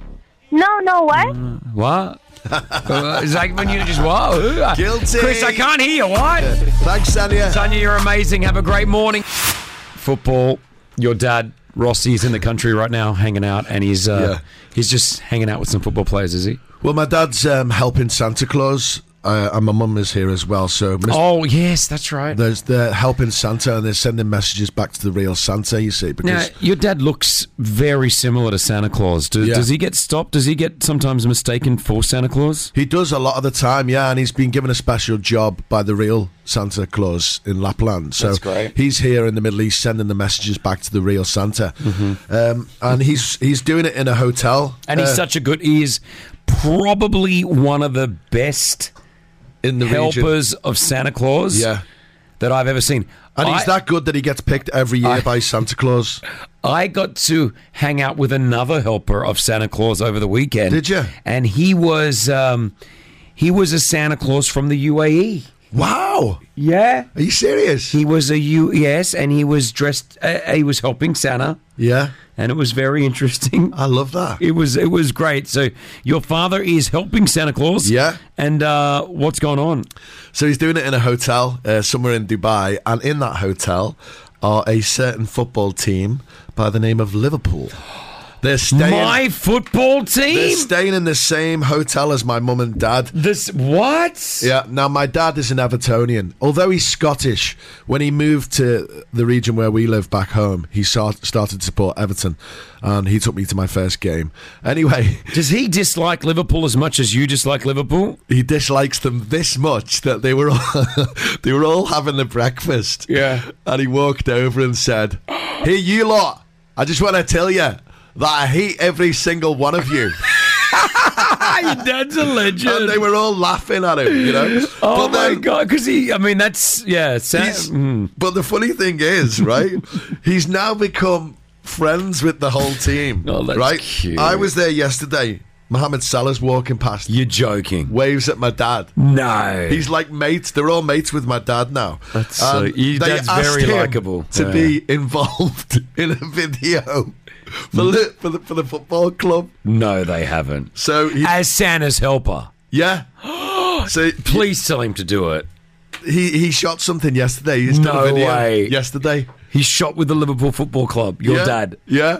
Speaker 20: No, no, what?
Speaker 4: What? Uh, it's like when you just whoa.
Speaker 7: Guilty.
Speaker 4: Chris, I can't hear you. What?
Speaker 7: Thanks, Sonia.
Speaker 4: Sonia, you're amazing. Have a great morning. Football. Your dad Rossi is in the country right now, hanging out, and he's uh, he's just hanging out with some football players, is he?
Speaker 7: Well, my dad's um, helping Santa Claus, uh, and my mum is here as well. So, Mr.
Speaker 4: Oh yes, that's right.
Speaker 7: there's they're helping Santa, and they're sending messages back to the real Santa. You see,
Speaker 4: Now,
Speaker 7: because
Speaker 4: your dad looks very similar to Santa Claus. Do,
Speaker 7: Yeah.
Speaker 4: Does he get stopped? Does he get sometimes mistaken for Santa Claus?
Speaker 7: he does a lot of the time, yeah, and he's been given a special job by the real Santa Claus in Lapland. So
Speaker 4: That's great.
Speaker 7: he's here in the Middle East sending the messages back to the real Santa, um, and he's he's doing it in a hotel.
Speaker 4: And he's
Speaker 7: uh,
Speaker 4: such a good. He is probably one of the best
Speaker 7: in the region.
Speaker 4: helpers of Santa Claus.
Speaker 7: Yeah.
Speaker 4: that I've ever seen.
Speaker 7: and
Speaker 4: I,
Speaker 7: he's that good that he gets picked every year by Santa Claus.
Speaker 4: I got to hang out with another helper of Santa Claus over the weekend. Did you? And he was um, he was a Santa Claus from the UAE.
Speaker 7: Wow.
Speaker 4: Yeah.
Speaker 7: Are you serious?
Speaker 4: He was a U yes, and he was dressed. Uh, he was helping Santa.
Speaker 7: Yeah.
Speaker 4: And it was very interesting.
Speaker 7: I love that.
Speaker 4: It was it was great. So your father is helping Santa Claus.
Speaker 7: Yeah.
Speaker 4: And uh, what's going on?
Speaker 7: So he's doing it in a hotel uh, somewhere in Dubai, and in that hotel are a certain football team by the name of Liverpool. They're staying.
Speaker 4: My football
Speaker 7: they're
Speaker 4: team.
Speaker 7: staying in the same hotel as my mum and dad.
Speaker 4: This what?
Speaker 7: Yeah. Now my dad is an Evertonian, although he's Scottish. When he moved to the region where we live back home, he start, started to support Everton, and he took me to my first game. Anyway,
Speaker 4: Does he dislike Liverpool as much as you dislike Liverpool?
Speaker 7: he dislikes them this much that they were all, they were all having the breakfast.
Speaker 4: Yeah.
Speaker 7: And he walked over and said, "Hey, you lot! I just want to tell you that I hate every single one of you."
Speaker 4: Your dad's a legend.
Speaker 7: and they were all laughing at him, you know. But
Speaker 4: Oh my
Speaker 7: then-
Speaker 4: god! Because he, I mean, that's yeah. mm. Sa-
Speaker 7: He's- But the funny thing is, right? he's now become friends with the whole team.
Speaker 4: Oh, that's
Speaker 7: right?
Speaker 4: cute.
Speaker 7: I was there yesterday. Mohamed Salah's walking past.
Speaker 4: You're joking.
Speaker 7: Waves at my dad.
Speaker 4: No.
Speaker 7: He's like mates. They're all mates with my dad now.
Speaker 4: That's so-
Speaker 7: And
Speaker 4: you-
Speaker 7: they
Speaker 4: that's
Speaker 7: asked
Speaker 4: very
Speaker 7: him
Speaker 4: likable.
Speaker 7: to
Speaker 4: Yeah.
Speaker 7: be involved in a video for, li- for the for the football club.
Speaker 4: no, they haven't.
Speaker 7: So he,
Speaker 4: As Santa's helper,
Speaker 7: yeah. So
Speaker 4: please tell him to do it.
Speaker 7: he he shot something yesterday. He's done
Speaker 4: No
Speaker 7: a video
Speaker 4: way.
Speaker 7: yesterday.
Speaker 4: He shot with the Liverpool Football Club. Your
Speaker 7: Yeah.
Speaker 4: dad.
Speaker 7: Yeah.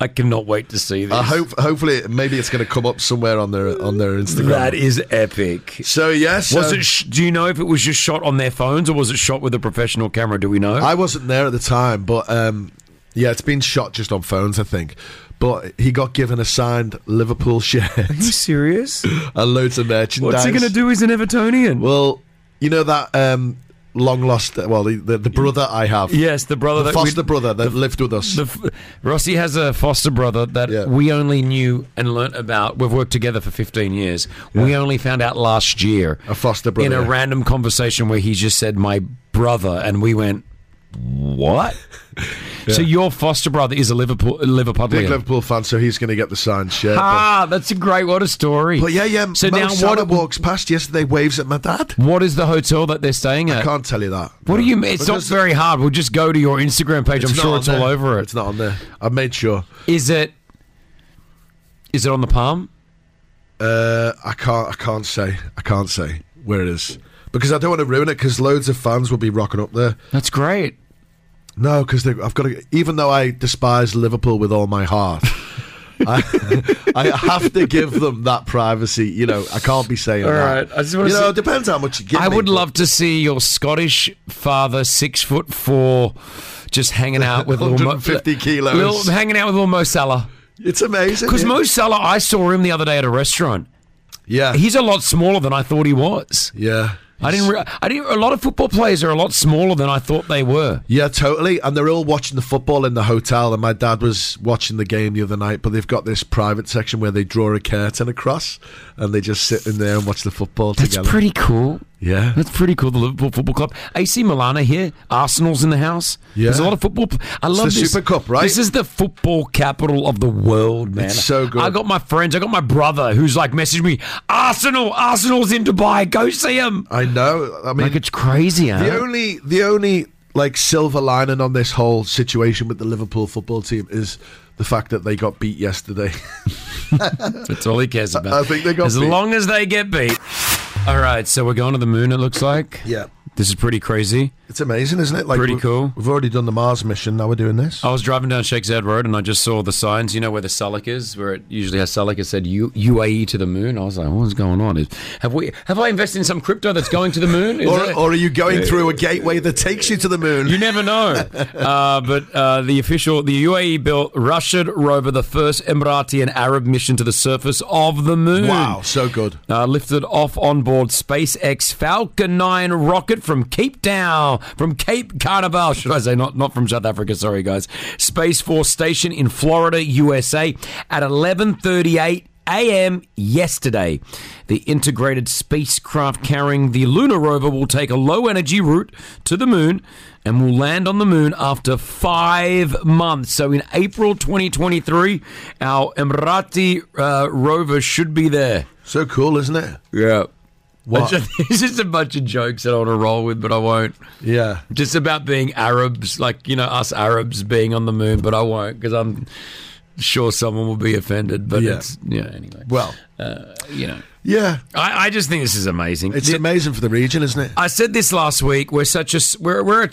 Speaker 4: I cannot wait to see this.
Speaker 7: I hope. Hopefully, maybe it's going to come up somewhere on their on their Instagram.
Speaker 4: that is epic.
Speaker 7: So yes, um,
Speaker 4: was it? Sh- do you know if it was just shot on their phones or was it shot with a professional camera? Do we know?
Speaker 7: I wasn't there at the time, but um, yeah, it's been shot just on phones, I think. But he got given a signed Liverpool shirt
Speaker 4: Are you serious?
Speaker 7: and loads of merchandise.
Speaker 4: What's he going to do? He's an Evertonian.
Speaker 7: Well, you know that um, long lost. Well, the, the, the brother I have.
Speaker 4: Yes, the brother
Speaker 7: The
Speaker 4: that we-
Speaker 7: foster brother that lived with us.
Speaker 4: The f- Rossi has a foster brother that
Speaker 7: Yeah.
Speaker 4: we only knew and learnt about. We've worked together for 15 years. We only found out last year
Speaker 7: a foster
Speaker 4: in
Speaker 7: brother.
Speaker 4: a random conversation where he just said, My brother. And we went, What? So your foster brother is a Liverpool Liverpudlian.
Speaker 7: Big Liverpool fan, so he's going to get the signed shirt.
Speaker 4: Ah, that's a great what a story.
Speaker 7: But yeah, yeah.
Speaker 4: So
Speaker 7: Mo
Speaker 4: now
Speaker 7: Salah
Speaker 4: what?
Speaker 7: walks past yesterday, waves at my dad.
Speaker 4: What is the hotel that they're staying at?
Speaker 7: I can't tell you that.
Speaker 4: What do you mean? It's
Speaker 7: Because-
Speaker 4: not very hard. We'll just go to your Instagram page. I'm
Speaker 7: not
Speaker 4: sure
Speaker 7: on
Speaker 4: it's all
Speaker 7: there.
Speaker 4: over it.
Speaker 7: It's not on there. I made sure.
Speaker 4: Is it? Is it on the palm?
Speaker 7: Uh, I can't. I can't say. I can't say where it is because I don't want to ruin it. Because loads of fans will be rocking up there.
Speaker 4: That's great.
Speaker 7: No, because I've got to. Even though I despise Liverpool with all my heart, I, I have to give them that privacy. You know, I can't be saying
Speaker 4: All
Speaker 7: that.
Speaker 4: right, I just wanna
Speaker 7: you know,
Speaker 4: see-
Speaker 7: it depends how much you give.
Speaker 4: I
Speaker 7: me,
Speaker 4: would
Speaker 7: but-
Speaker 4: love to see your Scottish father, six foot four, just hanging out with little Mo-
Speaker 7: 150 kilos.
Speaker 4: little- hanging out with little Mo Salah.
Speaker 7: It's amazing.
Speaker 4: Because
Speaker 7: yeah.
Speaker 4: Mo Salah, I saw him the other day at a restaurant.
Speaker 7: Yeah,
Speaker 4: he's a lot smaller than I thought he was.
Speaker 7: Yeah,
Speaker 4: I didn't. Re- I didn't. A lot of football players are a lot smaller than I thought they were.
Speaker 7: Yeah, totally. And they're all watching the football in the hotel. And my dad was watching the game the other night, but they've got this private section where they draw a curtain across and they just sit in there and watch the football
Speaker 4: That's
Speaker 7: together.
Speaker 4: pretty cool.
Speaker 7: Yeah.
Speaker 4: That's pretty cool. The Liverpool Football Club. AC Milan are here. Arsenal's in the house.
Speaker 7: Yeah.
Speaker 4: There's a lot of football. pl- I love
Speaker 7: the
Speaker 4: this.
Speaker 7: Super Cup, right?
Speaker 4: This is the football capital of the world, man.
Speaker 7: It's so good.
Speaker 4: I got my friends. I got my brother who's like messaged me. Arsenal. Arsenal's in Dubai. Go see him.
Speaker 7: I know. I mean,
Speaker 4: like it's crazy. Huh?
Speaker 7: The only, the only like silver lining on this whole situation with the Liverpool football team is the fact that they got beat yesterday.
Speaker 4: That's all he cares about.
Speaker 7: I think they got
Speaker 4: as
Speaker 7: beat.
Speaker 4: long as they get beat. All right, so we're going to the moon. It looks like.
Speaker 7: Yeah.
Speaker 4: This is pretty crazy.
Speaker 7: it's amazing, isn't it? Like
Speaker 4: Pretty
Speaker 7: we've-
Speaker 4: cool.
Speaker 7: We've already done the Mars mission. Now we're doing this.
Speaker 4: I was driving down Sheikh Zayed Road and I just saw the signs. You know where the Salik is, where it usually has Salik. It said U- UAE to the moon. I was like, what's going on? Is- Have we? Have I invested in some crypto that's going to the moon? Is
Speaker 7: Or,
Speaker 4: that-
Speaker 7: or are you going through a gateway that takes you to the moon?
Speaker 4: You never know. Uh, but uh, the official, the UAE built Rashid rover, the first Emirati and Arab mission to the surface of the moon.
Speaker 7: Wow, so good.
Speaker 4: Uh, lifted off on board SpaceX Falcon 9 rocket from Cape Town, from Cape Carnival, should I say, not, not from South Africa, sorry guys. Space Force Station in Florida, USA at 1138 a.m. yesterday. The integrated spacecraft carrying the lunar rover will take a low energy route to the moon and will land on the moon after five months. So in April 2023, our Emirati uh, rover should be there.
Speaker 7: So cool, isn't it?
Speaker 4: Yeah.
Speaker 7: What?
Speaker 4: It's just a bunch of jokes that I want to roll with, but I won't.
Speaker 7: Yeah.
Speaker 4: Just about being Arabs, like, you know, us Arabs being on the moon, but I won't because I'm sure someone will be offended. But
Speaker 7: Yeah.
Speaker 4: it's, yeah, anyway.
Speaker 7: Well,
Speaker 4: Uh, you know,
Speaker 7: yeah.
Speaker 4: I, I just think this is amazing.
Speaker 7: It's amazing for the region, isn't it?
Speaker 4: I said this last week. We're such a s- we're we're a,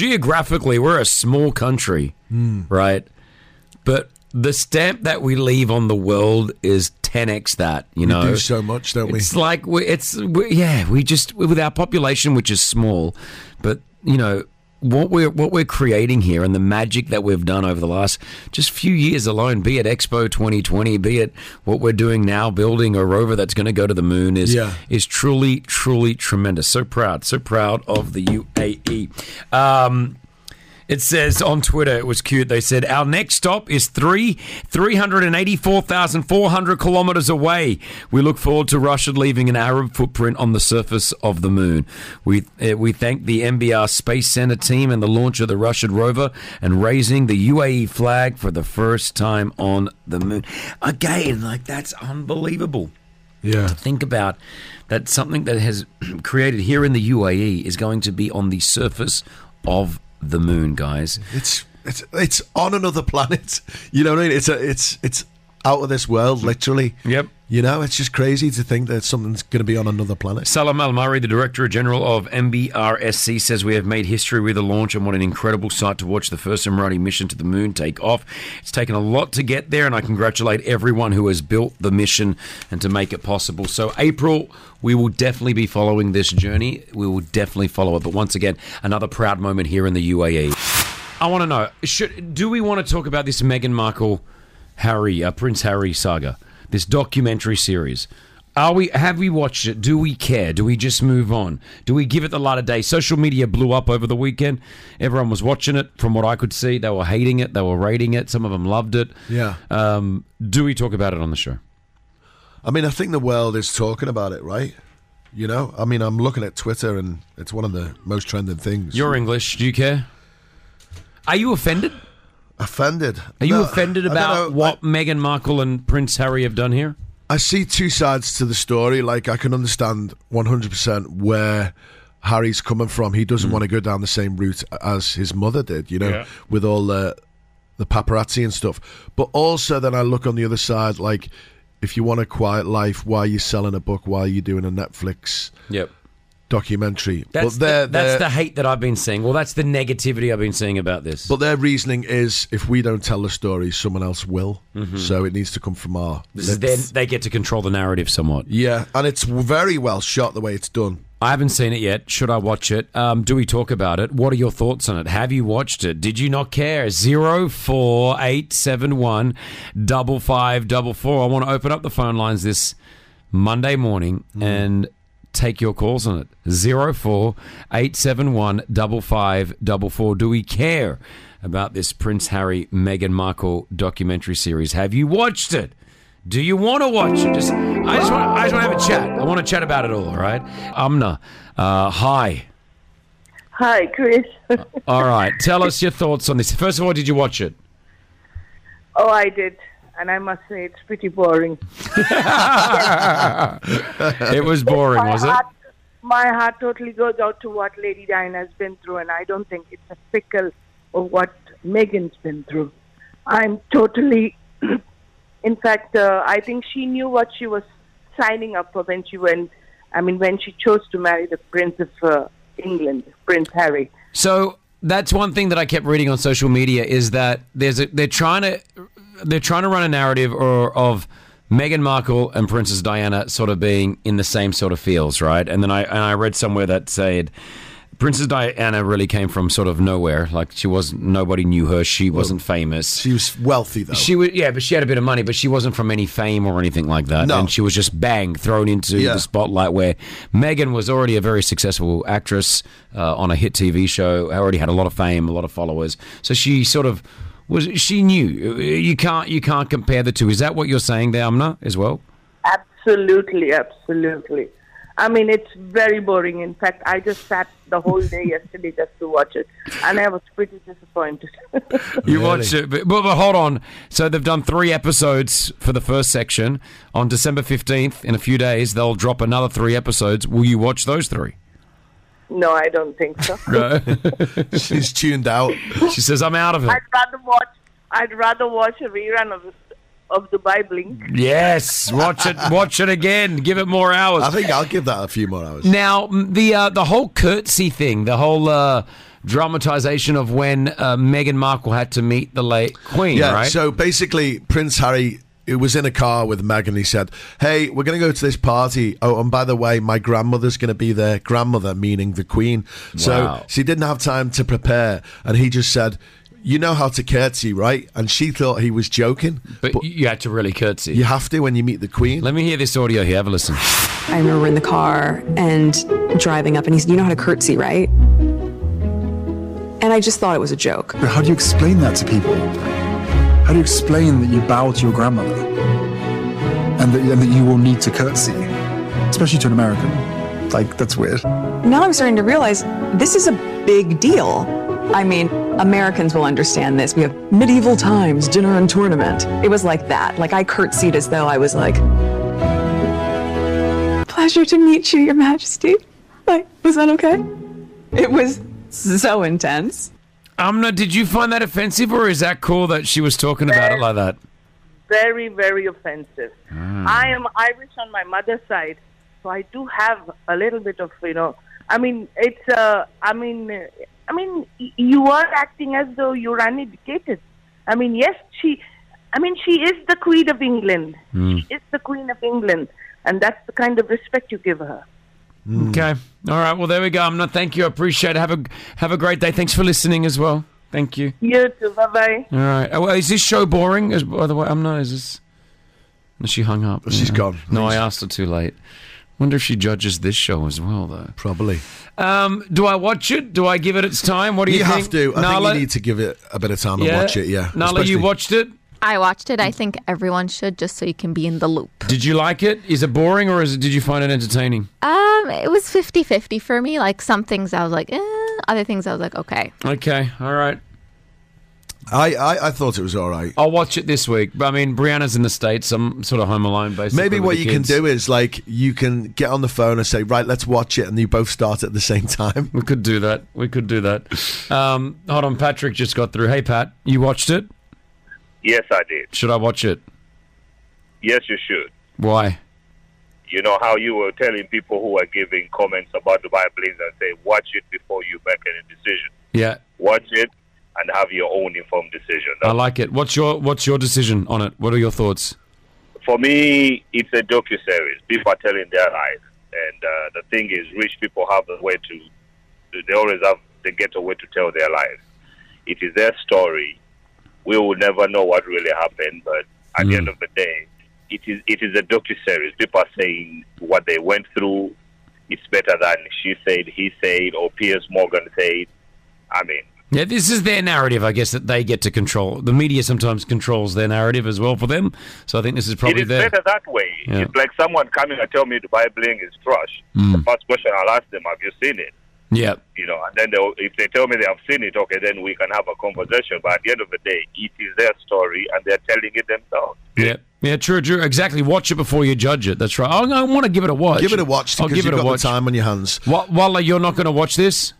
Speaker 4: geographically we're a small country,
Speaker 7: Hmm.
Speaker 4: right? But the stamp that we leave on the world is 10x that. You know,
Speaker 7: we do so much, don't we?
Speaker 4: it's like we, it's we, yeah, we just with our population, which is small, but you know what we're what we're creating here and the magic that we've done over the last just few years alone, be it Expo 2020, be it what we're doing now, building a rover that's going to go to the moon, is
Speaker 7: Yeah.
Speaker 4: is truly truly tremendous. So proud, so proud of the UAE. Um, it says on Twitter, it was cute. They said our next stop is three three hundred and eighty four thousand four hundred kilometers away. We look forward to Russia leaving an Arab footprint on the surface of the moon. We uh, we thank the MBR Space Center team and the launch of the Russian rover and raising the UAE flag for the first time on the moon. Again, like that's unbelievable
Speaker 7: Yeah.
Speaker 4: to think about that something that has created here in the UAE is going to be on the surface of the moon, guys.
Speaker 7: It's it's it's on another planet. You know what I mean? It's a it's it's out of this world, literally.
Speaker 4: Yep.
Speaker 7: You know, it's just crazy to think that something's going to be on another planet.
Speaker 4: Salam Al Mari, the Director General of MBRSC, says we have made history with the launch and what an incredible sight to watch the first Emirati mission to the moon take off. It's taken a lot to get there, and I congratulate everyone who has built the mission and to make it possible. So, April, we will definitely be following this journey. We will definitely follow it. But once again, another proud moment here in the UAE. I want to know: should do we want to talk about this Meghan Markle, Harry, uh, Prince Harry saga, this documentary series? Are we? Have we watched it? Do we care? Do we just move on? Do we give it the light of day? Social media blew up over the weekend. Everyone was watching it. From what I could see, they were hating it. They were rating it. Some of them loved it.
Speaker 7: Yeah.
Speaker 4: Um, do we talk about it on the show?
Speaker 7: I mean, I think the world is talking about it, right? You know, I mean, I'm looking at Twitter and it's one of the most trending things.
Speaker 4: You're English. Do you care? Are you offended?
Speaker 7: Offended.
Speaker 4: Are you
Speaker 7: No,
Speaker 4: offended
Speaker 7: I don't know.
Speaker 4: about what Meghan Markle and Prince Harry have done here?
Speaker 7: I see two sides to the story. Like I can understand 100% where Harry's coming from. He
Speaker 4: Hmm.
Speaker 7: doesn't want to go down the same route as his mother did, you know,
Speaker 21: Yeah.
Speaker 7: with all the the paparazzi and stuff. But also then I look on the other side like if you want a quiet life, why are you selling a book? Why are you doing a Netflix
Speaker 4: Yep.
Speaker 7: documentary?
Speaker 4: That's,
Speaker 7: but they're,
Speaker 4: the, that's
Speaker 7: they're-
Speaker 4: the hate that I've been seeing. Well, that's the negativity I've been seeing about this.
Speaker 7: but their reasoning is if we don't tell the story, someone else will.
Speaker 4: Mhm.
Speaker 7: So it needs to come from our
Speaker 4: This is
Speaker 7: lips.
Speaker 4: their- they get to control the narrative somewhat.
Speaker 7: Yeah, and it's very well shot the way it's done.
Speaker 4: I haven't seen it yet. Should I watch it? Um, do we talk about it? What are your thoughts on it? Have you watched it? Did you not care? Zero four eight seven one double five double four. I want to open up the phone lines this Monday morning and take your calls on it. Zero four eight seven one double five double four. Do we care about this Prince Harry Meghan Markle documentary series? Have you watched it? Do you want to watch it? Just I just want I just want to have a chat. I want to chat about it all. All right, Amna. Uh, hi.
Speaker 22: Hi, Chris.
Speaker 4: All right. Tell us your thoughts on this. First of all, did you watch it?
Speaker 22: Oh, I did. And I must say, it's pretty boring.
Speaker 4: it was boring, was it?
Speaker 22: Heart, my heart totally goes out to what Lady Diana's been through, and I don't think it's a fickle of what Megan's been through. I'm totally. In fact, uh, I think she knew what she was signing up for when she went. I mean, when she chose to marry the Prince of uh, England, Prince Harry.
Speaker 4: So that's one thing that I kept reading on social media is that there's a, they're trying to they're trying to run a narrative or of Meghan Markle and Princess Diana sort of being in the same sort of fields, right? And then I and I read somewhere that said Princess Diana really came from sort of nowhere. Like she was nobody knew her. She wasn't famous. She
Speaker 7: was wealthy though.
Speaker 4: She was yeah, but she had a bit of money, but she wasn't from any fame or anything like that.
Speaker 7: No.
Speaker 4: And she was just bang thrown into
Speaker 7: Yeah.
Speaker 4: the spotlight where Megan was already a very successful actress uh, on a hit TV show, already had a lot of fame, a lot of followers. So she sort of was she knew uh, you can't you can't compare the two. Is that what you're saying there, Amna, as well?
Speaker 22: Absolutely, absolutely. I mean, it's very boring. In fact, I just sat the whole day yesterday just to watch it, and I was pretty disappointed.
Speaker 4: You watched it, but, but, but hold on. So they've done three episodes for the first section. On December fifteenth, in a few days, they'll drop another three episodes. Will you watch those three?
Speaker 22: no, I don't think so.
Speaker 7: She's tuned out.
Speaker 4: She says, "I'm out of it."
Speaker 22: I'd rather watch. I'd rather watch a rerun of of the Bible.
Speaker 4: Yes, watch it. Watch it again. Give it more hours.
Speaker 7: I think I'll give that a few more hours.
Speaker 4: Now m- the uh, the whole curtsy thing, the whole uh, dramatization of when uh, Meghan Markle had to meet the late Queen,
Speaker 7: yeah.
Speaker 4: right?
Speaker 7: So basically, Prince Harry it was in a car with Meghan. He said, "Hey, we're going to go to this party. Oh, and by the way, my grandmother's going to be there. Grandmother meaning the Queen.
Speaker 4: Wow.
Speaker 7: So she didn't have time to prepare, and he just said." You know how to curtsy, right? And she thought he was joking.
Speaker 4: but, you had to really curtsy.
Speaker 7: You have to when you meet the Queen.
Speaker 4: Let me hear this audio here. Have a listen.
Speaker 14: I remember we're in the car and driving up, and he said, You know how to curtsy, right? And I just thought it was a joke.
Speaker 13: But how do you explain that to people? How do you explain that you bow to your grandmother and that, and that you will need to curtsy, especially to an American? Like, that's weird.
Speaker 14: Now I'm starting to realize this is a big deal. I mean, Americans will understand this. We have medieval times, dinner and tournament. It was like that. Like, I curtsied as though I was like, Pleasure to meet you, Your Majesty. Like, was that okay? It was so intense.
Speaker 4: Amna, did you find that offensive, or is that cool that she was talking about it like that?
Speaker 22: Very, very offensive.
Speaker 4: Mm-hmm.
Speaker 22: I am Irish on my mother's side, so I do have a little bit of you know. I mean, it's. Uh, I mean, uh, I mean, y- you are acting as though you're uneducated. I mean, yes, she. I mean, she is the Queen of England. She is the Queen of England, and that's the kind of respect you give her.
Speaker 4: Okay. All right. Well, there we go. Amna, thank you. I appreciate it. Have a have a great day. Thanks for listening as well. Thank you.
Speaker 22: You too. Bye bye.
Speaker 4: All right. Oh, well, is this show boring? Is, by the way, I'm not. Is this? No, she hung up.
Speaker 7: She's
Speaker 4: Yeah.
Speaker 7: gone.
Speaker 4: No, I asked her too late. Wonder if she judges this show as well, though.
Speaker 7: Probably.
Speaker 4: Um, do I watch it? Do I give it its time? What do you,
Speaker 7: have
Speaker 4: think?
Speaker 7: to. I
Speaker 4: Nala?
Speaker 7: think you need to give it a bit of time and watch it. Yeah.
Speaker 4: Nala, you
Speaker 7: Especially-
Speaker 4: watched it.
Speaker 8: I watched it. I think everyone should just so you can be in the loop.
Speaker 4: Did you like it? Is it boring or is it? Did you find it entertaining?
Speaker 8: Um, it was 50-50 for me. Like some things I was like, eh, other things I was like, okay.
Speaker 4: Okay. All right.
Speaker 7: I, I, I thought it was all right.
Speaker 4: I'll watch it this week. But I mean, Brianna's in the States. I'm sort of home alone, basically.
Speaker 7: Maybe
Speaker 4: with
Speaker 7: what
Speaker 4: the
Speaker 7: you
Speaker 4: kids.
Speaker 7: can do is like you can get on the phone and say, right, let's watch it, and you both start at the same time.
Speaker 4: We could do that. We could do that. Um, hold on, Patrick just got through. Hey, Pat, you watched it?
Speaker 15: Yes, I did.
Speaker 4: Should I watch it?
Speaker 15: Yes, you should.
Speaker 4: Why?
Speaker 15: You know how you were telling people who were giving comments about the Bible and say, watch it before you make any decision.
Speaker 4: Yeah,
Speaker 15: Watch it and have your own informed decision.
Speaker 4: I like it. What's your What's your decision on it? What are your thoughts?
Speaker 15: For me, it's a docu series. People are telling their life, and uh, the thing is, rich people have a way to. They always have. They get a way to tell their life. It is their story. We will never know what really happened, but at the end of the day, it is it is a docu series. People are saying what they went through. It's better than she said, he said, or Piers Morgan said. I mean,
Speaker 4: Yeah, this is their narrative, I guess, that they get to control. The media sometimes controls their narrative as well for them. So I think this is
Speaker 15: it
Speaker 4: probably
Speaker 15: is
Speaker 4: their.
Speaker 15: better that way.
Speaker 4: Yeah.
Speaker 15: It's like someone coming and tell me the Bible is trash.
Speaker 4: Mm.
Speaker 15: The first question I'll ask them, have you seen it?
Speaker 4: Yeah.
Speaker 15: you know, and then they'll, if they tell me they have seen it, okay, then we can have a conversation. But at the end of the day, it is their story, and they're telling it themselves.
Speaker 4: Yeah. Yeah, true, true. Exactly. Watch it before you judge it. That's right. I, I want to give it a watch.
Speaker 7: Give it a watch
Speaker 4: I'll
Speaker 7: because
Speaker 4: give
Speaker 7: you've
Speaker 4: it a
Speaker 7: got
Speaker 4: watch.
Speaker 7: the time on your hands.
Speaker 4: Wa- Walla, you're not going to watch this?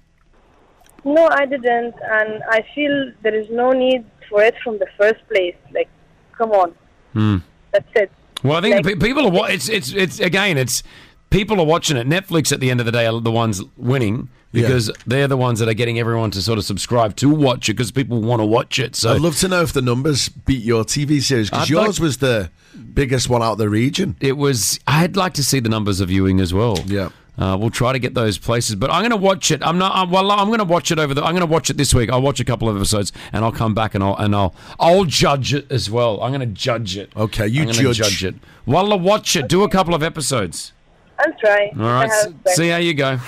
Speaker 19: No, I didn't, and I feel there is no need for it from the first place. Like, come on,
Speaker 4: Hmm.
Speaker 19: that's it.
Speaker 4: Well, I think the pe- people are. Wa- it's it's it's again. It's people are watching it. Netflix at the end of the day are the ones winning because they're the ones that are getting everyone to sort of subscribe to watch it because people want to watch it. So
Speaker 7: I'd love to know if the numbers beat your TV series because
Speaker 4: I'd
Speaker 7: yours
Speaker 4: like-
Speaker 7: was the biggest one out of the region.
Speaker 4: It was. I'd like to see the numbers of viewing as well. Yeah. Uh, we'll try to get those places, but I'm going to watch it. I'm not. I'm, well, I'm going to watch it over the. I'm going to watch it this week. I'll watch a couple of episodes, and I'll come back and I'll and I'll I'll judge it as well. I'm going to judge it. Okay,
Speaker 7: you
Speaker 4: I'm gonna
Speaker 7: judge.
Speaker 4: judge it. Well, I'll watch it. Do a couple of episodes.
Speaker 19: I'll try.
Speaker 4: All right.
Speaker 19: I
Speaker 4: s-
Speaker 19: have-
Speaker 4: See how you go.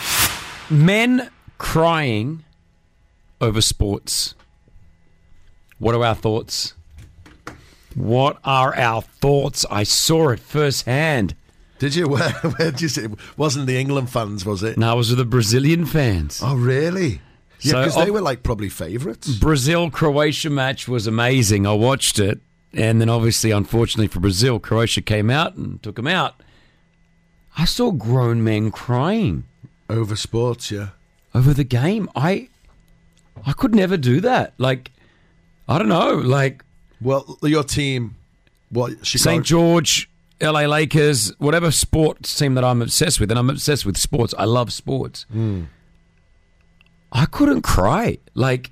Speaker 4: Men crying over sports. What are our thoughts? What are our thoughts? I saw it firsthand.
Speaker 7: Did you? Where, where did you see? Wasn't the England fans? Was it?
Speaker 4: No, I was with the Brazilian fans.
Speaker 7: Oh, really? Yeah,
Speaker 4: So,
Speaker 7: because they
Speaker 4: of-
Speaker 7: were like probably favourites.
Speaker 4: Brazil Croatia match was amazing. I watched it, and then obviously, unfortunately for Brazil, Croatia came out and took them out. I saw grown men crying
Speaker 7: over sports, yeah,
Speaker 4: over the game. I, I could never do that. Like, I don't know. Like,
Speaker 7: well, your team, what Chicago-
Speaker 4: St. George, LA Lakers, whatever sports team that I'm obsessed with, and I'm obsessed with sports. I love sports.
Speaker 7: Hmm.
Speaker 4: I couldn't cry. Like,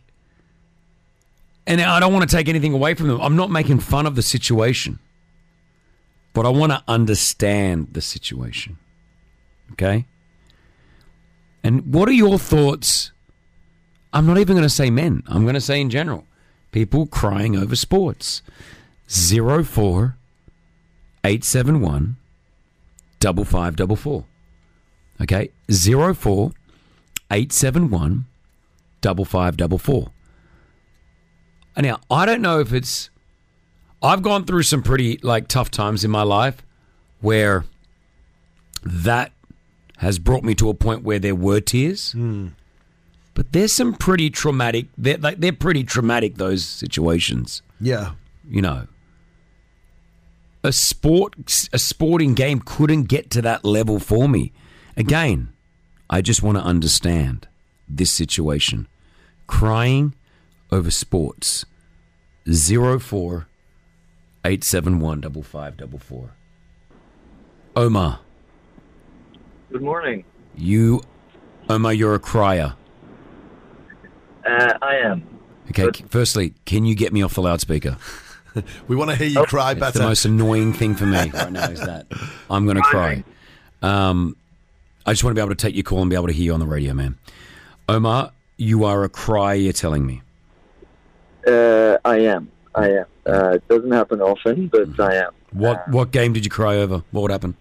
Speaker 4: and I don't want to take anything away from them. I'm not making fun of the situation, but I want to understand the situation. Okay? And what are your thoughts? I'm not even going to say men, I'm going to say in general people crying over sports. 04 871 5544. Okay? 04 871 5544. And Now, I don't know if it's. I've gone through some pretty like tough times in my life where that has brought me to a point where there were tears. But there's some pretty traumatic. They're, like, they're pretty traumatic those situations.
Speaker 7: Yeah.
Speaker 4: You know, a sport, a sporting game couldn't get to that level for me. Again, I just want to understand this situation. Crying over sports. Zero four eight seven one double five double four. Omar,
Speaker 23: Good morning.
Speaker 4: you, Omar, you're a crier.
Speaker 23: Uh, I am.
Speaker 4: Okay. c- Firstly, can you get me off the loudspeaker?
Speaker 7: we want to hear you cry
Speaker 4: Oh, It's
Speaker 7: better.
Speaker 4: the most annoying thing for me right now is that I'm going to cry. Um, I just want to be able to take your call and be able to hear you on the radio, man. Omar, you are a crier. You're telling me.
Speaker 23: Uh, I am. I am. Uh, it doesn't happen often, but I am.
Speaker 4: What what game did you cry over? What would happen?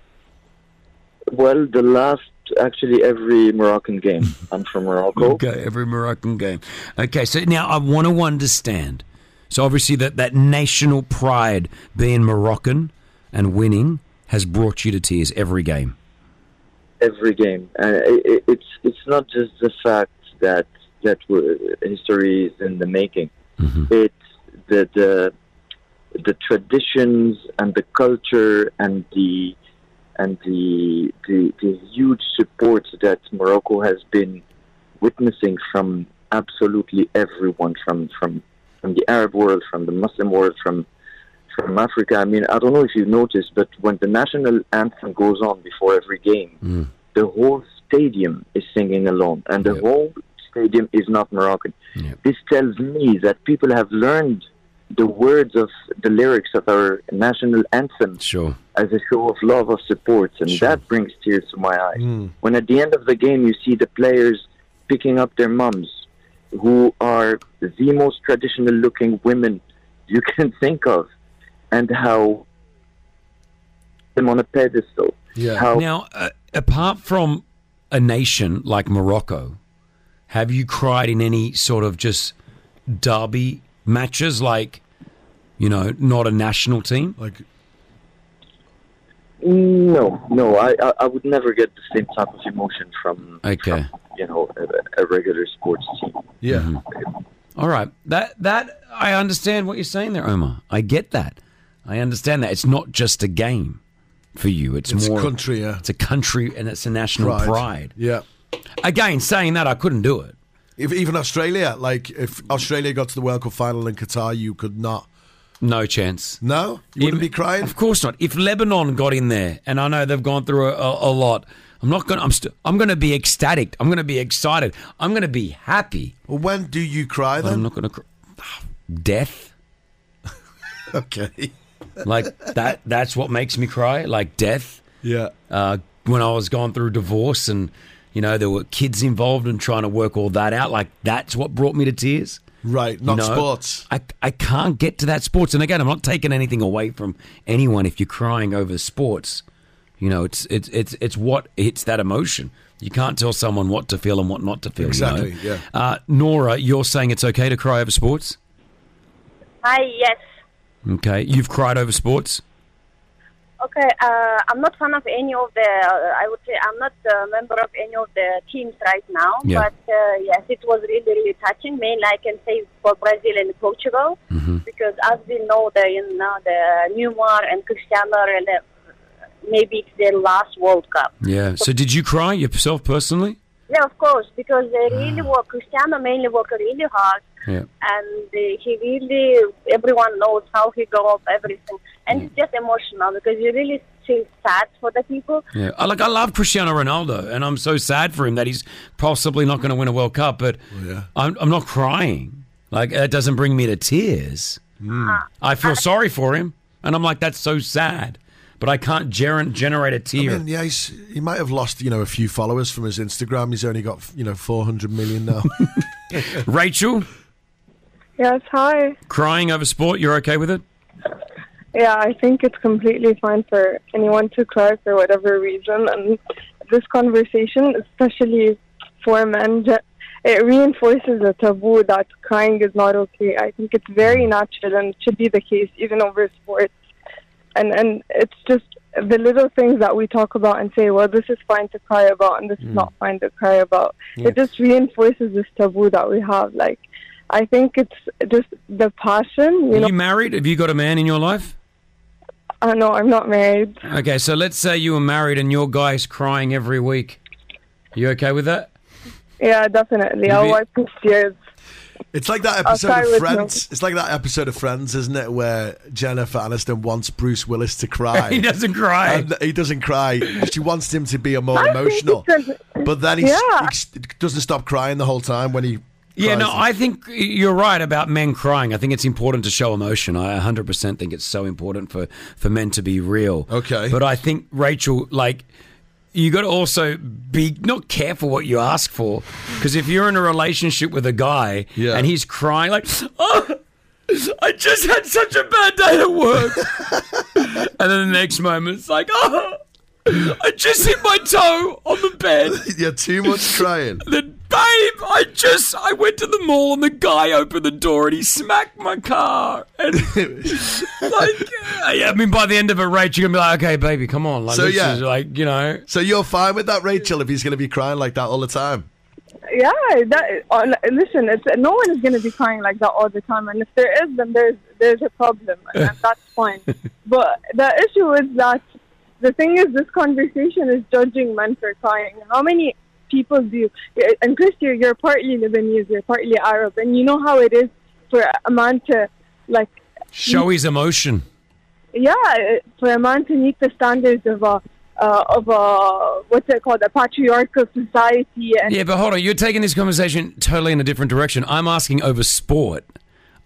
Speaker 23: Well, the last, actually, every Moroccan game. I'm from Morocco.
Speaker 4: Okay, every Moroccan game. Okay, so now I want to understand. So obviously that that national pride, being Moroccan and winning, has brought you to tears every game.
Speaker 23: Every game, and it, it- it's it's not just the fact that that we're- history is in the making. It's the the the traditions and the culture and the and the the, the huge support that Morocco has been witnessing from absolutely everyone from from from the Arab world, from the Muslim world, from from Africa. I mean, I don't know if you've noticed, but when the national anthem goes on before every game,
Speaker 4: Hmm.
Speaker 23: the whole stadium is singing along, and the whole stadium is not Moroccan. This tells me that people have learned the words of the lyrics of our national anthem
Speaker 4: sure.
Speaker 23: as a show of love of support, and that brings tears to my eyes. When at the end of the game, you see the players picking up their mums, who are the most traditional looking women you can think of, and how them on a pedestal. How
Speaker 4: Now, uh, apart from a nation like Morocco, have you cried in any sort of just derby matches, like you know, not a national team?
Speaker 7: Like
Speaker 23: no, no, I, I, I would never get the same type of emotion from
Speaker 4: okay,
Speaker 23: you know a, a regular sports team.
Speaker 7: yeah.
Speaker 4: Mm-hmm. All right, that that I understand what you're saying there, Omar. I get that. I understand that it's not just a game for you. It's,
Speaker 7: It's
Speaker 4: more
Speaker 7: country, yeah.
Speaker 4: It's a country and it's a national pride.
Speaker 7: Yeah.
Speaker 4: Again, saying that, I couldn't do it.
Speaker 7: If, even Australia, like if Australia got to the World Cup final in Qatar, you could not.
Speaker 4: No chance.
Speaker 7: No, you wouldn't be crying.
Speaker 4: Of course not. If Lebanon got in there, and I know they've gone through a, a, a lot, I'm not going. I'm st- I'm going to be ecstatic. I'm going to be excited. I'm going to be happy.
Speaker 7: Well, when do you cry?
Speaker 4: But I'm not going to. Cr- death.
Speaker 7: okay.
Speaker 4: like that. That's what makes me cry. Like death.
Speaker 7: Yeah.
Speaker 4: Uh, when I was going through divorce, and you know there were kids involved, and trying to work all that out. Like that's what brought me to tears.
Speaker 7: Right, not sports.
Speaker 4: I, I can't get to that sports. And again, I'm not taking anything away from anyone if you're crying over sports. You know, it's it's it's it's what hits that emotion. You can't tell someone what to feel and what not to feel. you know?
Speaker 7: Exactly, yeah.
Speaker 4: Uh, Nora, you're saying it's okay to cry over sports.
Speaker 20: Hi, yes.
Speaker 4: Okay, you've cried over sports.
Speaker 20: Okay, uh, I'm not fan of any of the. Uh, I would say I'm not a member of any of the teams right now.
Speaker 4: Yeah.
Speaker 20: But uh, yes, it was really, really touching. Mainly, I can say for Brazil and Portugal,
Speaker 4: Mm-hmm.
Speaker 20: because as we know, the you know the Neymar and Cristiano, and uh, maybe it's their last World Cup.
Speaker 4: Yeah. So did you cry yourself personally?
Speaker 20: Yeah, of course, because they really work. Cristiano mainly worked really hard,
Speaker 4: Yeah.
Speaker 20: and uh, he really. Everyone knows how he go up everything, and it's just emotional because you really feel sad for the people.
Speaker 4: Yeah, I, like I love Cristiano Ronaldo, and I'm so sad for him that he's possibly not going to win a World Cup. But
Speaker 7: Oh,
Speaker 4: I'm, I'm not crying. Like that doesn't bring me to tears.
Speaker 7: Hmm.
Speaker 4: I feel sorry for him, and I'm like, that's so sad. But I can't ger- generate a
Speaker 7: I
Speaker 4: tear.
Speaker 7: mean, yeah, he's, he might have lost, you know, a few followers from his Instagram. He's only got, you know, 400 million now.
Speaker 4: Rachel,
Speaker 24: Yes, hi.
Speaker 4: crying over sport, you're okay with it?
Speaker 24: Yeah, I think it's completely fine for anyone to cry for whatever reason. And this conversation, especially for men, ju- it reinforces the taboo that crying is not okay. I think it's very natural and should be the case even over sports. And and it's just the little things that we talk about and say, well, this is fine to cry about and this is not fine to cry about.
Speaker 6: Yeah.
Speaker 24: It just reinforces this taboo that we have. Like, I think it's just the passion, you
Speaker 4: Are
Speaker 24: know.
Speaker 4: you married? Have you got a man in your life?
Speaker 24: Uh, no, I'm not married.
Speaker 4: Okay, so let's say you were married and your guy's crying every week. You okay with that?
Speaker 24: Yeah, definitely. I'll
Speaker 7: Maybe-
Speaker 24: wipe his tears.
Speaker 7: It's like that
Speaker 24: I'll
Speaker 7: episode
Speaker 24: try
Speaker 7: of
Speaker 24: with
Speaker 7: Friends. It's like that episode of Friends, isn't it, where Jennifer Aniston wants Bruce Willis to cry.
Speaker 24: He
Speaker 4: doesn't cry.
Speaker 7: And he doesn't cry. She wants him to be a more emotional. But then he's,
Speaker 24: Yeah.
Speaker 7: he doesn't stop crying the whole time when he.
Speaker 4: Yeah,
Speaker 7: cries.
Speaker 4: no, I think you're right about men crying. I think it's important to show emotion. I 100% think it's so important for, for men to be real. Okay. But I think, Rachel, like, you got to also be not careful what you ask for. Because if you're in a relationship with a guy and he's crying, like, oh, I just had such a bad day at work. and then the next moment, it's like, oh, I just hit my toe on the bed.
Speaker 7: yeah, too much crying.
Speaker 4: Then, babe, I just I went to the mall and the guy opened the door and he smacked my car. And like, I mean, by the end of it, Rach, you're gonna be like, okay, baby, come on, like,
Speaker 7: so
Speaker 4: this
Speaker 7: yeah,
Speaker 4: is like you know.
Speaker 7: So you're fine with that, Rachel? If he's going to be crying like that all the time?
Speaker 24: Yeah, that uh, listen, it's, no one is going to be crying like that all the time, and if there is, then there's there's a problem, and, and that's fine. But the issue is that the thing is, this conversation is judging men for crying. How many people do? You, uh, and Chris, you're, you're partly Lebanese, you're partly Arab, and you know how it is for a man to like
Speaker 4: Show his emotion.
Speaker 24: yeah, for a man to meet the standards of a uh, of a what's it called, a patriarchal society, and
Speaker 4: Yeah, but hold on. You're taking this conversation totally in a different direction. I'm asking over sport.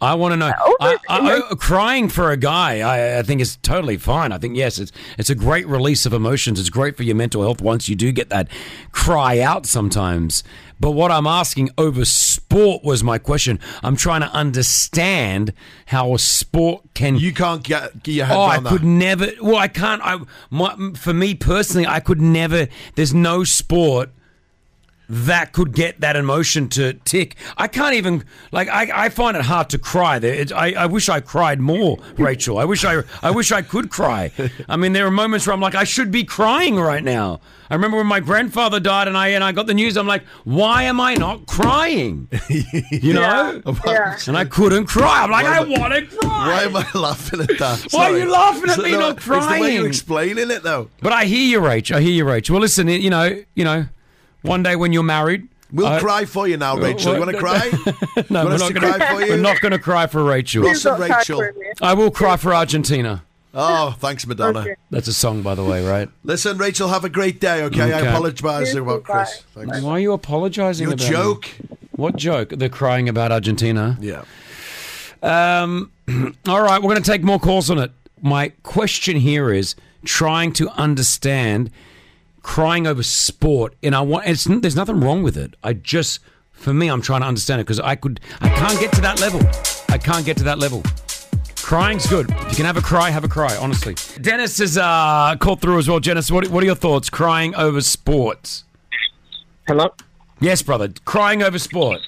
Speaker 4: I want to know. I, I- I- crying for a guy, I, I think is totally fine. I think yes, it's it's a great release of emotions. It's great for your mental health once you do get that cry out sometimes. But what I'm asking over sport was my question. I'm trying to understand how a sport can. You
Speaker 7: can't get, get your head
Speaker 4: oh,
Speaker 7: around
Speaker 4: I
Speaker 7: that.
Speaker 4: could never. Well, I can't. I my, for me personally, I could never. There's no sport that could get that emotion to tick. I can't even like I, I find it hard to cry. There, it, I, I wish I cried more, Rachel. I wish I I wish I could cry. I mean, there are moments where I'm like, I should be crying right now. I remember when my grandfather died, and I and I got the news. I'm like, why am I not crying? You know, and I couldn't cry. I'm like,
Speaker 7: Why
Speaker 4: I
Speaker 7: am I-
Speaker 4: want to cry.
Speaker 7: Why am I laughing at that?
Speaker 4: Why are
Speaker 7: Sorry.
Speaker 4: you laughing at
Speaker 7: So,
Speaker 4: me
Speaker 7: no,
Speaker 4: not crying?
Speaker 7: It's the way you're explaining it, though.
Speaker 4: But I hear you, Rach. I hear you, Rach. Well, listen, you know, you know, one day when you're married, uh,
Speaker 7: We'll
Speaker 4: I-
Speaker 7: cry for you
Speaker 4: Oh,
Speaker 7: now, Rachel. You want to cry?
Speaker 4: no,
Speaker 7: You want
Speaker 4: we're
Speaker 7: us
Speaker 4: not
Speaker 7: to
Speaker 4: gonna,
Speaker 7: cry for you?
Speaker 4: We're not going to cry for Rachel.
Speaker 7: Ross and Please don't cry Rachel. for me.
Speaker 4: I will cry for Argentina.
Speaker 7: Oh, thanks, Madonna.
Speaker 4: Okay. That's a song, by the way, right?
Speaker 7: Listen, Rachel, have a great day, okay? I
Speaker 4: Okay.
Speaker 7: apologise
Speaker 4: You
Speaker 7: about
Speaker 4: too, bye.
Speaker 7: Chris. Thanks.
Speaker 4: Why are you apologising?
Speaker 7: Your
Speaker 4: about it?
Speaker 7: joke.
Speaker 4: What joke? They're crying about Argentina.
Speaker 7: Yeah.
Speaker 4: Um. all right, we're going to take more calls on it. My question here is trying to understand crying over sport, and I want. It's there's nothing wrong with it. I just, for me, I'm trying to understand it because I could, I can't get to that level. I can't get to that level. Crying's good. If you can have a cry, have a cry. Honestly, Dennis has uh, called through as well. Dennis, what, what are your thoughts? Crying over sports.
Speaker 25: Hello.
Speaker 4: Yes, brother. Crying over sport.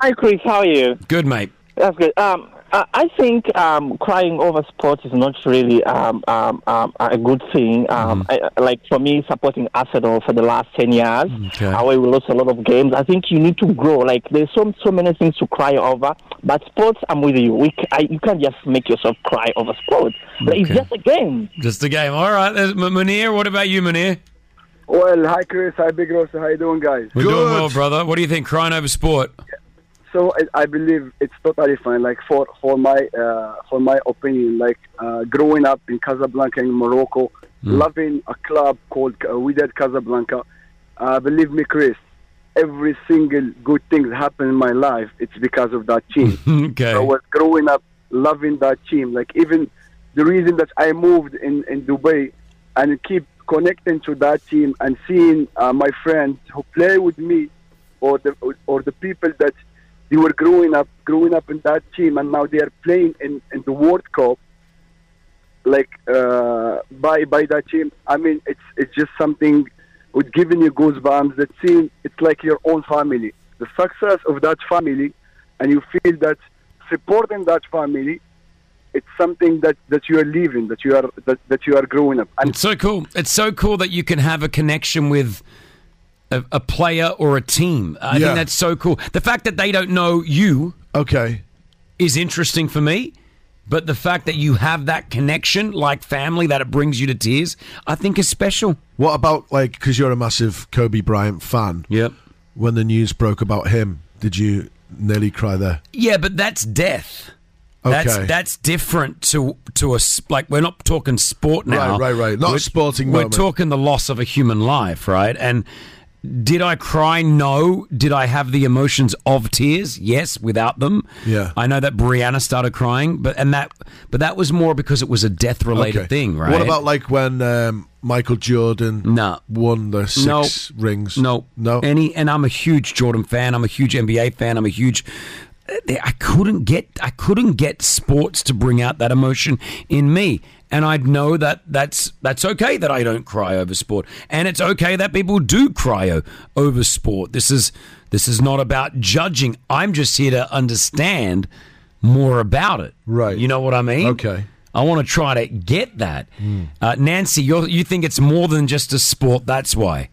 Speaker 25: Hi, Chris. How are you?
Speaker 4: Good, mate.
Speaker 25: That's good. Um, I I think um, crying over sports is not really um, um, um, a good thing. Um,
Speaker 4: Mm-hmm.
Speaker 25: I- I, like for me, supporting Arsenal for the last ten years,
Speaker 4: Mm,
Speaker 6: Okay.
Speaker 25: how we lost a lot of games. I think you need to grow. Like there's so so many things to cry over, but sports, I'm with you. We, c- I, you can't just make yourself cry over sports. Like, it's
Speaker 4: Okay.
Speaker 25: just a game.
Speaker 4: Just a game. All right, there's M- Munir. What about you, Munir?
Speaker 26: Well, hi Chris, hi Big Rosa, how you doing, guys?
Speaker 4: We're doing well, brother. What do you think? Crying over sport.
Speaker 26: So I, I believe it's totally fine. Like for for my uh, for my opinion, like uh, growing up in Casablanca in Morocco,
Speaker 4: Mm.
Speaker 26: loving a club called uh, Wydad Casablanca. Uh, believe me, Chris, every single good thing that happened in my life, it's because of that team.
Speaker 4: Mm, okay.
Speaker 26: I was growing up loving that team. Like even the reason that I moved in, in Dubai and keep connecting to that team and seeing uh, my friends who play with me or the or the people that they were growing up growing up in that team and now they are playing in, in the World Cup like uh, by by that team. I mean it's it's just something with giving you goosebumps that seeing it's like your own family. The success of that family and you feel that supporting that family it's something that, that you are leaving, that you are that, that you are growing up.
Speaker 4: It's so cool. It's so cool that you can have a connection with a, a player or a team. I
Speaker 7: Yeah.
Speaker 4: think that's so cool. The fact that they don't know you,
Speaker 7: okay,
Speaker 4: is interesting for me. But the fact that you have that connection, like family, that it brings you to tears, I think is special.
Speaker 7: What about, like, because you're a massive Kobe Bryant fan?
Speaker 4: Yep.
Speaker 7: When the news broke about him, did you nearly cry there?
Speaker 4: Yeah, but that's death. That's
Speaker 7: Okay.
Speaker 4: that's different to to us. Like we're not talking sport now.
Speaker 7: Right, right, right. Not a
Speaker 4: we're,
Speaker 7: sporting
Speaker 4: We're
Speaker 7: moment.
Speaker 4: talking the loss of a human life, right? And did I cry? No. Did I have the emotions of tears? Yes, without them.
Speaker 7: Yeah.
Speaker 4: I know that Brianna started crying, but and that but that was more because it was a death related
Speaker 7: Okay.
Speaker 4: thing, right?
Speaker 7: What about, like, when um, Michael Jordan won the six
Speaker 4: No.
Speaker 7: rings?
Speaker 4: No, no. Any, and I'm a huge Jordan fan. I'm a huge NBA fan. I'm a huge. I couldn't get. I couldn't get sports to bring out that emotion in me, and I know that that's that's okay that I don't cry over sport, and it's okay that people do cry o- over sport. This is this is not about judging. I'm just here to understand more about it. Right. You know what I mean? Okay. Hmm. I want to try to get that. Uh, Nancy, you you think it's more than just a sport. That's why.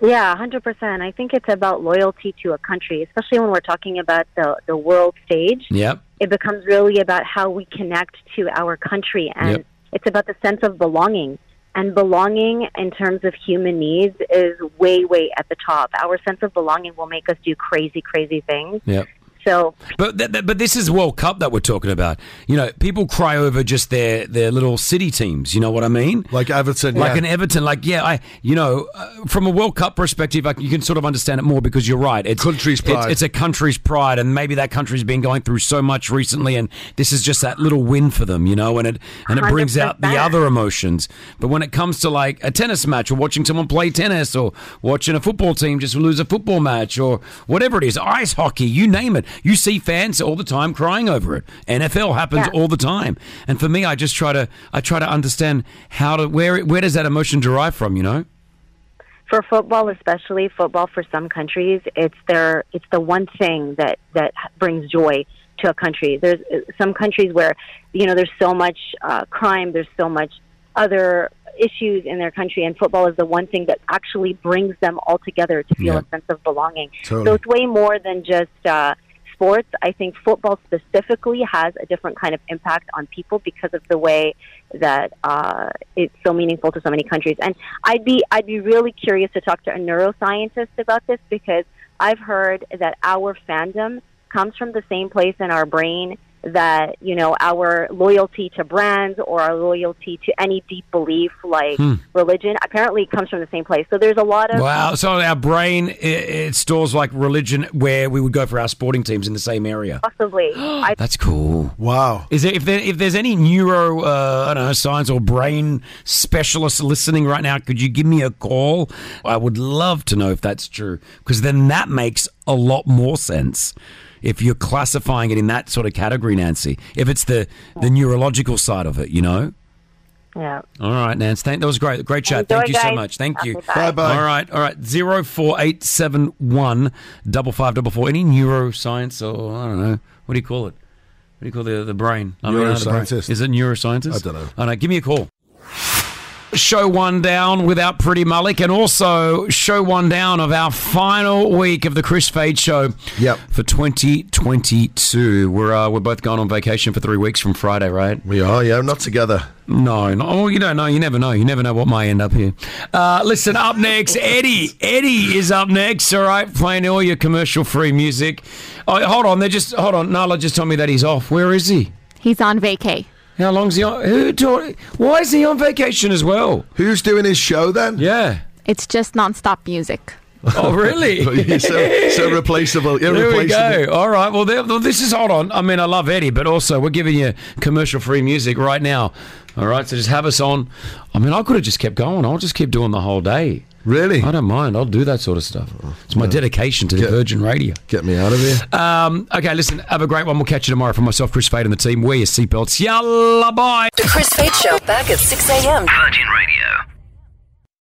Speaker 20: Yeah, 100%. I think it's about loyalty to a country, especially when we're talking about the, the world stage.
Speaker 4: Yep.
Speaker 20: It becomes really about how we connect to our country, and
Speaker 4: Yep.
Speaker 20: it's about the sense of belonging. And belonging in terms of human needs is way, way at the top. Our sense of belonging will make us do crazy, crazy things.
Speaker 4: Yeah.
Speaker 20: So
Speaker 4: But th- th- but this is World Cup that we're talking about. You know, people cry over just their their little city teams. You know what I mean?
Speaker 7: Like Everton,
Speaker 4: like
Speaker 7: yeah.
Speaker 4: an Everton. Like yeah, I you know uh, from a World Cup perspective, like, you can sort of understand it more because you're right. It's country's
Speaker 7: pride.
Speaker 4: It's, it's a country's pride, and maybe that country's been going through so much recently, and this is just that little win for them. You know, and it and it brings out the other emotions. But when it comes to like a tennis match or watching someone play tennis or watching a football team just lose a football match or whatever it is, ice hockey, you name it, you see fans all the time crying over it. NFL happens all the time. And for me, I just try to I try to understand how to where where does that emotion derive from, you know?
Speaker 20: for football especially football for some countries it's their it's the one thing that that brings joy to a country there's uh, some countries where you know there's so much uh, crime there's so much other issues in their country and football is the one thing that actually brings them all together to feel
Speaker 19: Yeah.
Speaker 20: a sense of belonging so
Speaker 19: Totally.
Speaker 20: it's way more than just uh sports i think football specifically has a different kind of impact on people because of the way that uh, it's so meaningful to so many countries. And I'd be I'd be really curious to talk to a neuroscientist about this because I've heard that our fandom comes from the same place in our brain that you know our loyalty to brands or our loyalty to any deep belief like
Speaker 4: Hmm.
Speaker 20: religion apparently comes from the same place. So there's a lot of
Speaker 4: Wow, so our brain it, it stores like religion where we would go for our sporting teams in the same area.
Speaker 20: possibly. I,
Speaker 4: That's cool.
Speaker 7: Wow.
Speaker 4: Is there if there if there's any neuro uh, I don't know science or brain specialist listening right now? Could you give me a call? I would love to know if that's true because then that makes a lot more sense. If you're classifying it in that sort of category, Nancy, if it's the the neurological side of it, you know.
Speaker 20: yeah.
Speaker 4: All right, Nance. Thank, that was great. Great chat.
Speaker 20: Enjoy,
Speaker 4: Thank you so
Speaker 20: guys.
Speaker 4: much. Thank you.
Speaker 20: Okay, bye. Bye-bye.
Speaker 4: All right. All right. Zero four eight seven one double five double four. Any neuroscience or I don't know what do you call it? What do you call the the brain? I mean, I don't know, the brain.
Speaker 7: Neuroscientist.
Speaker 4: Is it neuroscientist?
Speaker 7: I don't know.
Speaker 4: I don't know. Give me a call. Show one down without Pretty Malik, and also show one down of our final week of the Chris Fade Show. Yep. For 2022, we're uh, we're both going on vacation for three weeks from Friday, right?
Speaker 7: We are. Yeah, not together.
Speaker 4: No, no. Oh, you don't know. You never know. You never know what might end up here. Uh, listen, up next, Eddie. Eddie is up next. All right, playing all your commercial-free music. Oh, hold on. They just hold on. Nala just told me that he's off. Where is he?
Speaker 8: He's on vacay.
Speaker 4: How long's he on? Who told, why is he on vacation as well?
Speaker 7: Who's doing his show then?
Speaker 4: Yeah.
Speaker 8: It's just nonstop music.
Speaker 4: Oh, really?
Speaker 7: so, so replaceable. Yeah,
Speaker 4: There we
Speaker 7: replaceable.
Speaker 4: go. All right. Well, there, well, this is hold on. I mean, I love Eddie, but also we're giving you commercial-free music right now. All right. So just have us on. I mean, I could have just kept going. I'll just keep doing the whole day.
Speaker 7: Really?
Speaker 4: I don't mind. I'll do that sort of stuff. It's my dedication to Virgin Radio.
Speaker 7: Get me out of here.
Speaker 4: Um, okay, listen, have a great one. We'll catch you tomorrow for myself, Chris Fade, and the team. Wear your seatbelts. Yalla, bye.
Speaker 5: The Chris Fade Show back at 6 a.m. Virgin Radio.